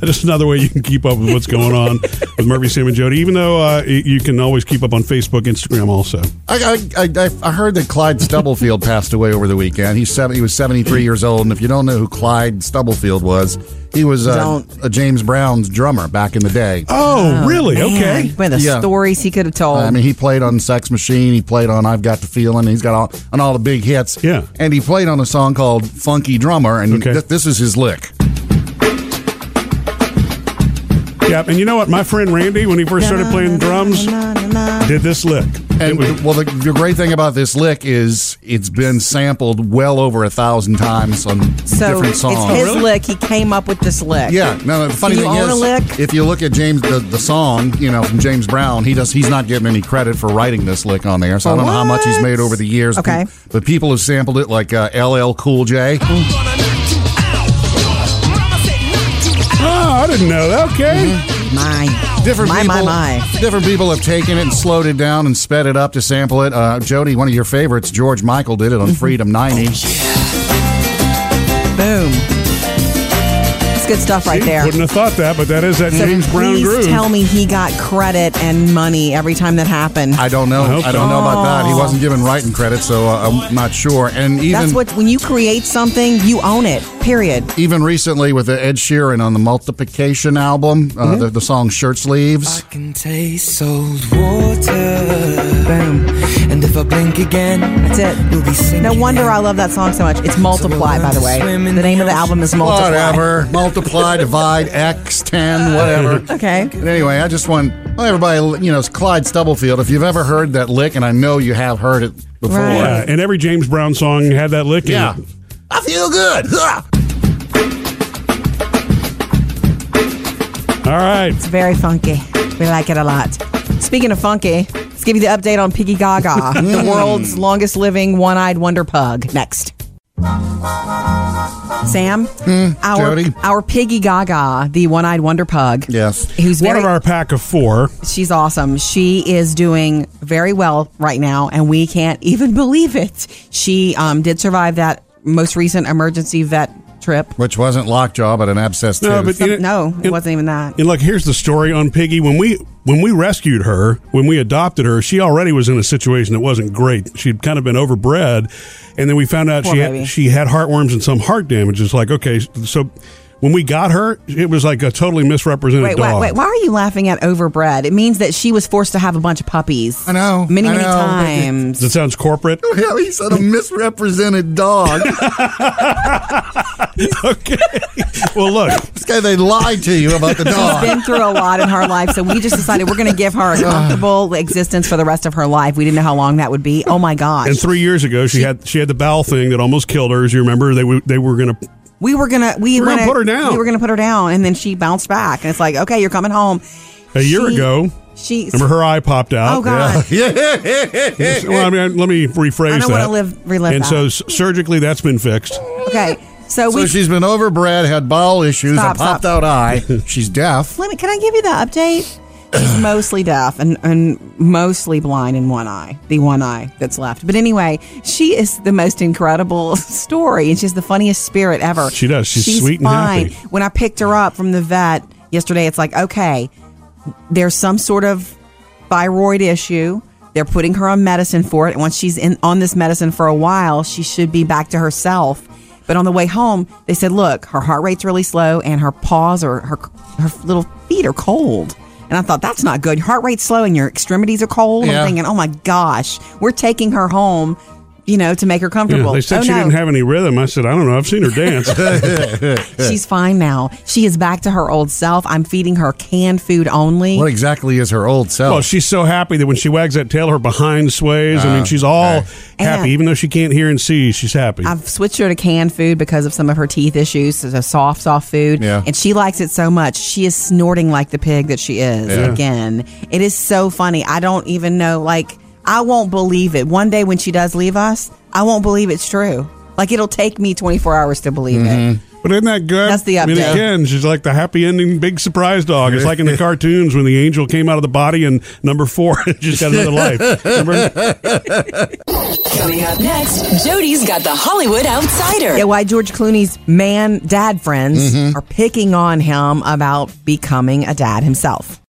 Speaker 1: Just another way you can keep up with what's going on with Murphy, Sam, and Jody. Even though uh, y- you can always keep up on Facebook, Instagram, also.
Speaker 3: I, I, I, I heard that Clyde Stubblefield passed away over the weekend. He's seven, he was 73 years old, and if you don't know who Clyde Stubblefield was, he was uh,
Speaker 2: Don't.
Speaker 3: a James Brown's drummer back in the day.
Speaker 1: Oh, really?
Speaker 2: Man,
Speaker 1: Okay.
Speaker 2: With the
Speaker 3: Yeah.
Speaker 2: stories he could have told.
Speaker 3: I mean, he played on Sex Machine. He played on I've Got the Feeling. He's got all, on all the big hits.
Speaker 1: Yeah.
Speaker 3: And he played on a song called Funky Drummer, and
Speaker 1: Okay.
Speaker 3: th- this is his lick.
Speaker 1: Yeah. And you know what? My friend Randy, when he first started playing drums, did this lick.
Speaker 3: And well, the, the great thing about this lick is it's been sampled well over a thousand times on
Speaker 2: so
Speaker 3: different
Speaker 2: it's his
Speaker 3: songs.
Speaker 2: lick. He came up with this lick.
Speaker 3: Yeah. No, the funny
Speaker 2: you
Speaker 3: thing
Speaker 2: own
Speaker 3: is,
Speaker 2: a lick?
Speaker 3: if you look at James the, the song, you know, from James Brown, he does he's not getting any credit for writing this lick on there. So I don't know how much he's made over the years.
Speaker 2: Okay.
Speaker 3: But people have sampled it like uh, LL Cool J.
Speaker 1: Oh, I didn't know that. Okay.
Speaker 2: Mhm. My
Speaker 3: Different
Speaker 2: My, my,
Speaker 3: people,
Speaker 2: my.
Speaker 3: different people have taken it and slowed it down and sped it up to sample it. Uh, Jody, one of your favorites, George Michael, did it on Freedom '90.
Speaker 2: boom. That's good stuff right
Speaker 1: See,
Speaker 2: there.
Speaker 1: Wouldn't have thought that, but that is that
Speaker 2: So
Speaker 1: James Brown
Speaker 2: please
Speaker 1: groove.
Speaker 2: tell me he got credit and money every time that happened.
Speaker 3: I don't know.
Speaker 1: I
Speaker 3: I,
Speaker 1: hope so.
Speaker 3: don't know about that. He wasn't given writing credit, so uh, I'm not sure. And even
Speaker 2: Oh. That's what when you create something, you own it. Period.
Speaker 3: even recently with Ed Sheeran on the Multiplication album, uh,
Speaker 2: Mm-hmm.
Speaker 3: the, the song "Shirt Sleeves."
Speaker 13: can taste salt water.
Speaker 2: Boom.
Speaker 13: And if I blink again,
Speaker 2: That's
Speaker 13: you'll be
Speaker 2: it.
Speaker 13: sinking.
Speaker 2: No wonder I love that song so much. It's Multiply, by the way. The name of the album is Multiply.
Speaker 3: Whatever. Multiply, divide, X, ten, whatever.
Speaker 2: Okay.
Speaker 3: But anyway, I just want well, everybody, you know, it's Clyde Stubblefield. If you've ever heard that lick, and I know you have heard it before.
Speaker 2: Right.
Speaker 1: yeah, and every James Brown song had that lick. in it.
Speaker 3: Yeah. I feel good. Ah!
Speaker 1: All right.
Speaker 2: It's very funky. We like it a lot. Speaking of funky, let's give you the update on Piggy Gaga, the world's longest living one eyed wonder pug. Next. Sam, our
Speaker 3: Jody?
Speaker 2: our Piggy Gaga, the one eyed wonder pug,
Speaker 3: Yes.
Speaker 2: who's
Speaker 1: One
Speaker 2: very,
Speaker 1: of our pack of four.
Speaker 2: She's awesome. She is doing very well right now, and we can't even believe it. She um, did survive that most recent emergency vet trip.
Speaker 3: Which wasn't lockjaw, but an abscess
Speaker 1: No,
Speaker 3: tooth.
Speaker 1: but you know-
Speaker 2: no, it wasn't even that.
Speaker 1: And look, here's the story on Piggy. When we when we rescued her, when we adopted her, she already was in a situation that wasn't great. She'd kind of been overbred, and then we found out
Speaker 2: Poor
Speaker 1: she
Speaker 2: baby.
Speaker 1: had, she had heartworms and some heart damage. It's like okay, so When we got her, it was like a totally misrepresented
Speaker 2: Wait, wait,
Speaker 1: dog.
Speaker 2: wait, why are you laughing at overbred? It means that she was forced to have a bunch of puppies. I know. Many,
Speaker 3: I
Speaker 2: many
Speaker 3: know.
Speaker 2: times.
Speaker 1: That sounds corporate.
Speaker 3: Yeah, he said a misrepresented dog.
Speaker 1: Well, look,
Speaker 3: this guy they lied to you about the dog.
Speaker 2: She's been through a lot in her life, so we just decided we're going to give her a comfortable existence for the rest of her life. We didn't know how long that would be. Oh my gosh.
Speaker 1: And three years ago, she, had she had the bowel thing that almost killed her. As you remember, they were they were gonna.
Speaker 2: We were gonna we
Speaker 1: We're gonna
Speaker 2: wanna-
Speaker 1: put her down.
Speaker 2: We were gonna put her down, and then she bounced back, and it's like, okay, you're coming home.
Speaker 1: A year
Speaker 2: She-
Speaker 1: ago,
Speaker 2: she-
Speaker 1: remember her eye popped out.
Speaker 2: Oh, God.
Speaker 1: Yeah. well, I mean, let me rephrase
Speaker 2: I don't
Speaker 1: that.
Speaker 2: wanna live- relive
Speaker 1: and
Speaker 2: that.
Speaker 1: so s- surgically, that's been fixed.
Speaker 2: Okay, so
Speaker 3: So
Speaker 2: we.
Speaker 3: she's been overbred, had bowel issues,
Speaker 2: Stop,
Speaker 3: a popped out eye. She's deaf.
Speaker 2: Let me. Can I give you the update? She's mostly deaf and, and mostly blind in one eye, the one eye that's left. But anyway, she is the most incredible story, and she's the funniest spirit ever.
Speaker 1: She does. She's sweet and
Speaker 2: fine.
Speaker 1: happy.
Speaker 2: When I picked her up from the vet yesterday, it's like, okay, there's some sort of thyroid issue. They're putting her on medicine for it, and once she's in on this medicine for a while, she should be back to herself. But on the way home, they said, "Look, her heart rate's really slow, and her paws or her her little feet are cold." And I thought that's not good. Your heart rate's slow, and your extremities are cold.
Speaker 1: Yeah.
Speaker 2: I'm thinking, "Oh my gosh, we're taking her home, you know, to make her
Speaker 1: Yeah,
Speaker 2: comfortable."
Speaker 1: they said
Speaker 2: oh,
Speaker 1: she
Speaker 2: no.
Speaker 1: didn't have any rhythm. I said, I don't know. I've seen her dance.
Speaker 2: She's fine now. She is back to her old self. I'm feeding her canned food only.
Speaker 3: What exactly is her old self?
Speaker 1: Well, she's so happy that when she wags that tail, her behind sways. I mean,
Speaker 3: Ah,
Speaker 1: she's all happy,
Speaker 2: And-
Speaker 1: even though she can't hear and see. She's happy.
Speaker 2: I've switched her to canned food because of some of her teeth issues. So the soft, soft food.
Speaker 1: Yeah.
Speaker 2: And she likes it so much. She is snorting like the pig that she is
Speaker 1: Yeah.
Speaker 2: again. It is so funny. I don't even know. Like, I won't believe it. One day when she does leave us, I won't believe it's true. Like, it'll take me 24 hours to believe it.
Speaker 1: But isn't that good?
Speaker 2: That's the
Speaker 1: I mean,
Speaker 2: update.
Speaker 1: again, she's like the happy ending, big surprise dog. It's like in the cartoons when the angel came out of the body and number four just got another life. Remember?
Speaker 4: Coming up next, Jody's got the Hollywood Outsider.
Speaker 2: Yeah, why George Clooney's man dad friends
Speaker 4: Mhm.
Speaker 1: Mm-hmm.
Speaker 2: are picking on him about becoming a dad himself.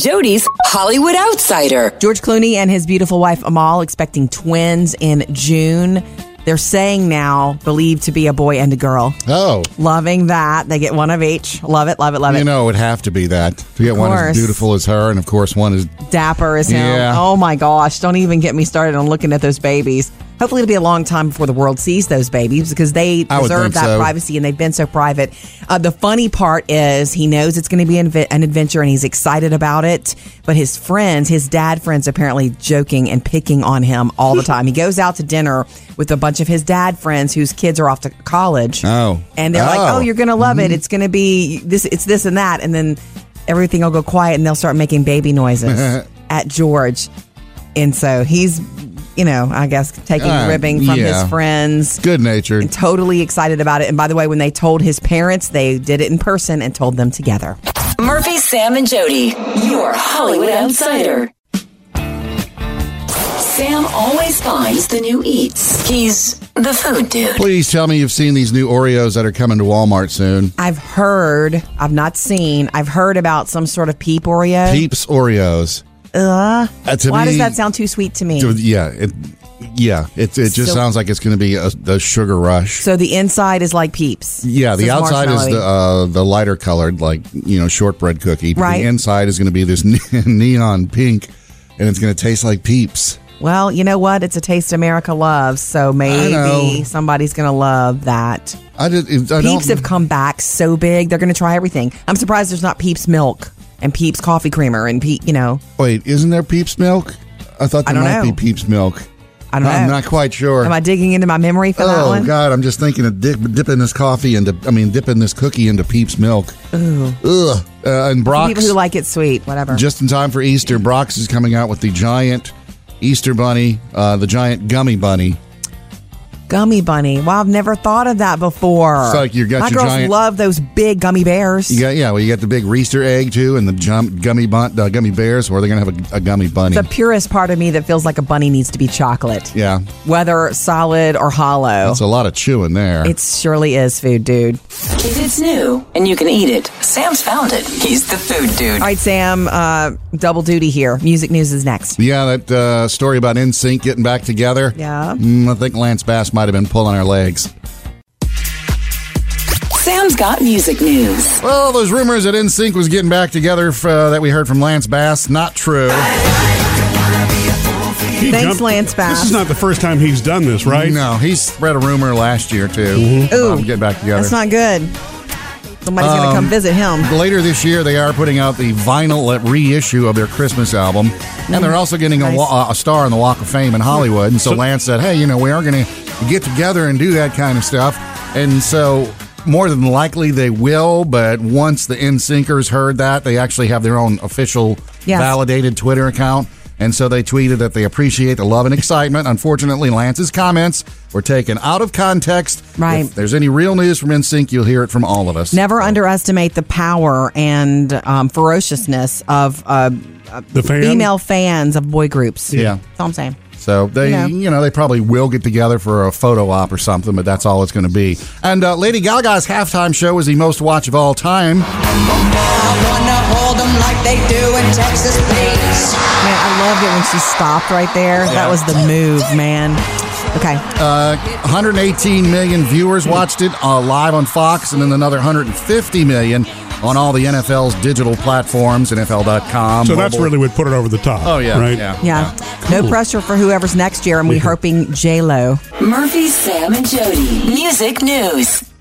Speaker 4: Jody's Hollywood Outsider.
Speaker 2: George Clooney and his beautiful wife Amal expecting twins in June. They're saying now believed to be a boy and a girl.
Speaker 3: Oh.
Speaker 2: Loving that. They get one of each. Love it, love it, love
Speaker 3: you
Speaker 2: it.
Speaker 3: know, it would have to be that. To get one
Speaker 2: course.
Speaker 3: as beautiful as her, and of course, one is.
Speaker 2: Dapper is him.
Speaker 3: Yeah.
Speaker 2: Oh my gosh. Don't even get me started on looking at those babies. Hopefully, it'll be a long time before the world sees those babies because they
Speaker 3: I would
Speaker 2: deserve
Speaker 3: think
Speaker 2: that
Speaker 3: so.
Speaker 2: privacy and they've been so private. Uh, the funny part is he knows it's going to be an adve- an adventure and he's excited about it. But his friends, his dad friends, apparently joking and picking on him all the time. he goes out to dinner with a bunch of his dad friends whose kids are off to college.
Speaker 3: Oh. Mm-hmm.
Speaker 2: And they're like, "Oh, you're gonna love it. It's gonna be this. It's this and that." And then everything will go quiet, and they'll start making baby noises at George. And so he's, you know, I guess taking
Speaker 3: Uh,
Speaker 2: ribbing from
Speaker 3: yeah.
Speaker 2: his friends.
Speaker 3: Good natured.
Speaker 2: Totally excited about it. And by the way, when they told his parents, they did it in person and told them together.
Speaker 4: Murphy, Sam, and Jody, your Hollywood outsider. Sam always finds the new eats. He's the food dude.
Speaker 3: Please tell me you've seen these new Oreos that are coming to Walmart soon.
Speaker 2: I've heard, I've not seen, I've heard about some sort of peep Oreo.
Speaker 3: Peeps Oreos.
Speaker 2: Ugh.
Speaker 3: Uh, to
Speaker 2: Why does
Speaker 3: me-
Speaker 2: that sound too sweet to me?
Speaker 3: So, Yeah, it. Yeah, it, it just
Speaker 2: So-
Speaker 3: sounds like it's going to be a, a sugar rush.
Speaker 2: So the inside is like peeps.
Speaker 3: Yeah,
Speaker 2: It's
Speaker 3: the
Speaker 2: just
Speaker 3: outside is the
Speaker 2: marshmallowy.
Speaker 3: uh, the lighter colored, like you know, shortbread cookie. But
Speaker 2: Right.
Speaker 3: The inside is going to be this neon pink, and it's going to taste like Peeps.
Speaker 2: Well, you know what? It's a taste America loves, so
Speaker 3: know.
Speaker 2: maybe somebody's going to love that.
Speaker 3: I did. I don't-
Speaker 2: Peeps have come back so big; they're going to try everything. I'm surprised there's not Peeps milk and Peeps coffee creamer and Pe- you know.
Speaker 3: Wait, isn't there Peeps milk? I thought
Speaker 2: I
Speaker 3: there
Speaker 2: don't
Speaker 3: might
Speaker 2: know.
Speaker 3: be Peeps milk.
Speaker 2: I don't
Speaker 3: I'm
Speaker 2: know.
Speaker 3: not quite sure.
Speaker 2: Am I digging into my memory for that
Speaker 3: oh
Speaker 2: one?
Speaker 3: God, I'm just thinking of dip, dipping this coffee into. I mean, dipping this cookie into Peeps milk.
Speaker 2: Ooh.
Speaker 3: Ugh. Uh, and
Speaker 2: For
Speaker 3: Brock's
Speaker 2: People who like it sweet, whatever.
Speaker 3: Just in time for Easter, Brock's is coming out with the giant Easter bunny, uh, the giant gummy bunny.
Speaker 2: gummy bunny. Wow, I've never thought of that before.
Speaker 3: It's like you got
Speaker 2: my
Speaker 3: your
Speaker 2: girls
Speaker 3: giant-
Speaker 2: love those big gummy bears.
Speaker 3: You got yeah, well, you got the big Reaster egg too, and the jump gummy bun, uh, gummy bears, or they're gonna have a, a gummy bunny.
Speaker 2: The purest part of me that feels like a bunny needs to be chocolate,
Speaker 3: yeah,
Speaker 2: whether solid or hollow.
Speaker 3: that's a lot of chewing there.
Speaker 2: It surely is food, dude.
Speaker 4: If it's new and you can eat it, Sam's found it. He's the food dude.
Speaker 2: All right, Sam, uh, double duty here. Music news is next.
Speaker 3: yeah, that uh, story about NSYNC getting back together.
Speaker 2: Yeah.
Speaker 3: Mm, I think Lance Bass might have been pulling our legs.
Speaker 4: Sam's got music news.
Speaker 3: Well, those rumors that NSYNC was getting back together uh, that we heard from Lance Bass, not true.
Speaker 1: He
Speaker 2: Thanks,
Speaker 1: jumped-
Speaker 2: Lance Bass.
Speaker 1: This is not the first time he's done this, right?
Speaker 3: No, he spread a rumor last year too.
Speaker 2: Mm-hmm. Ooh.
Speaker 3: Um, get back together.
Speaker 2: That's not good. Somebody's going to come
Speaker 3: Um,
Speaker 2: visit him.
Speaker 3: Later this year, they are putting out the vinyl uh, reissue of their Christmas album, and they're also getting a, wa- a star on the Walk of Fame in Hollywood. And so, Lance said, "Hey, you know, we are going to get together and do that kind of stuff." And so, more than likely, they will. But once the NSYNCers heard that, they actually have their own official,
Speaker 2: Yes.
Speaker 3: validated Twitter account. And so they tweeted that they appreciate the love and excitement. Unfortunately, Lance's comments were taken out of context.
Speaker 2: Right.
Speaker 3: If there's any real news from NSYNC, you'll hear it from all of us.
Speaker 2: Never underestimate the power and um, ferociousness of uh, uh,
Speaker 1: The fan?
Speaker 2: female fans of boy groups.
Speaker 3: Yeah.
Speaker 2: That's all I'm saying.
Speaker 3: So they,
Speaker 2: Yeah.
Speaker 3: you know, they probably will get together for a photo op or something, but that's all it's going to be. And uh, Lady Gaga's halftime show is the most watch of all time.
Speaker 8: I wanna hold them like they do in Texas, please.
Speaker 2: Man, I loved it when she stopped right there. That was the move, man. Okay.
Speaker 3: Uh, 118 million viewers watched it uh, live on Fox, and then another 150 million on all the NFL's digital platforms, NFL.com.
Speaker 1: So that's
Speaker 3: mobile.
Speaker 1: really what put it over the top.
Speaker 3: Oh, yeah,
Speaker 1: Right?
Speaker 3: yeah.
Speaker 2: Yeah. No pressure for whoever's next year, and we're hoping J Lo.
Speaker 4: Murphy, Sam, and Jody. Music news.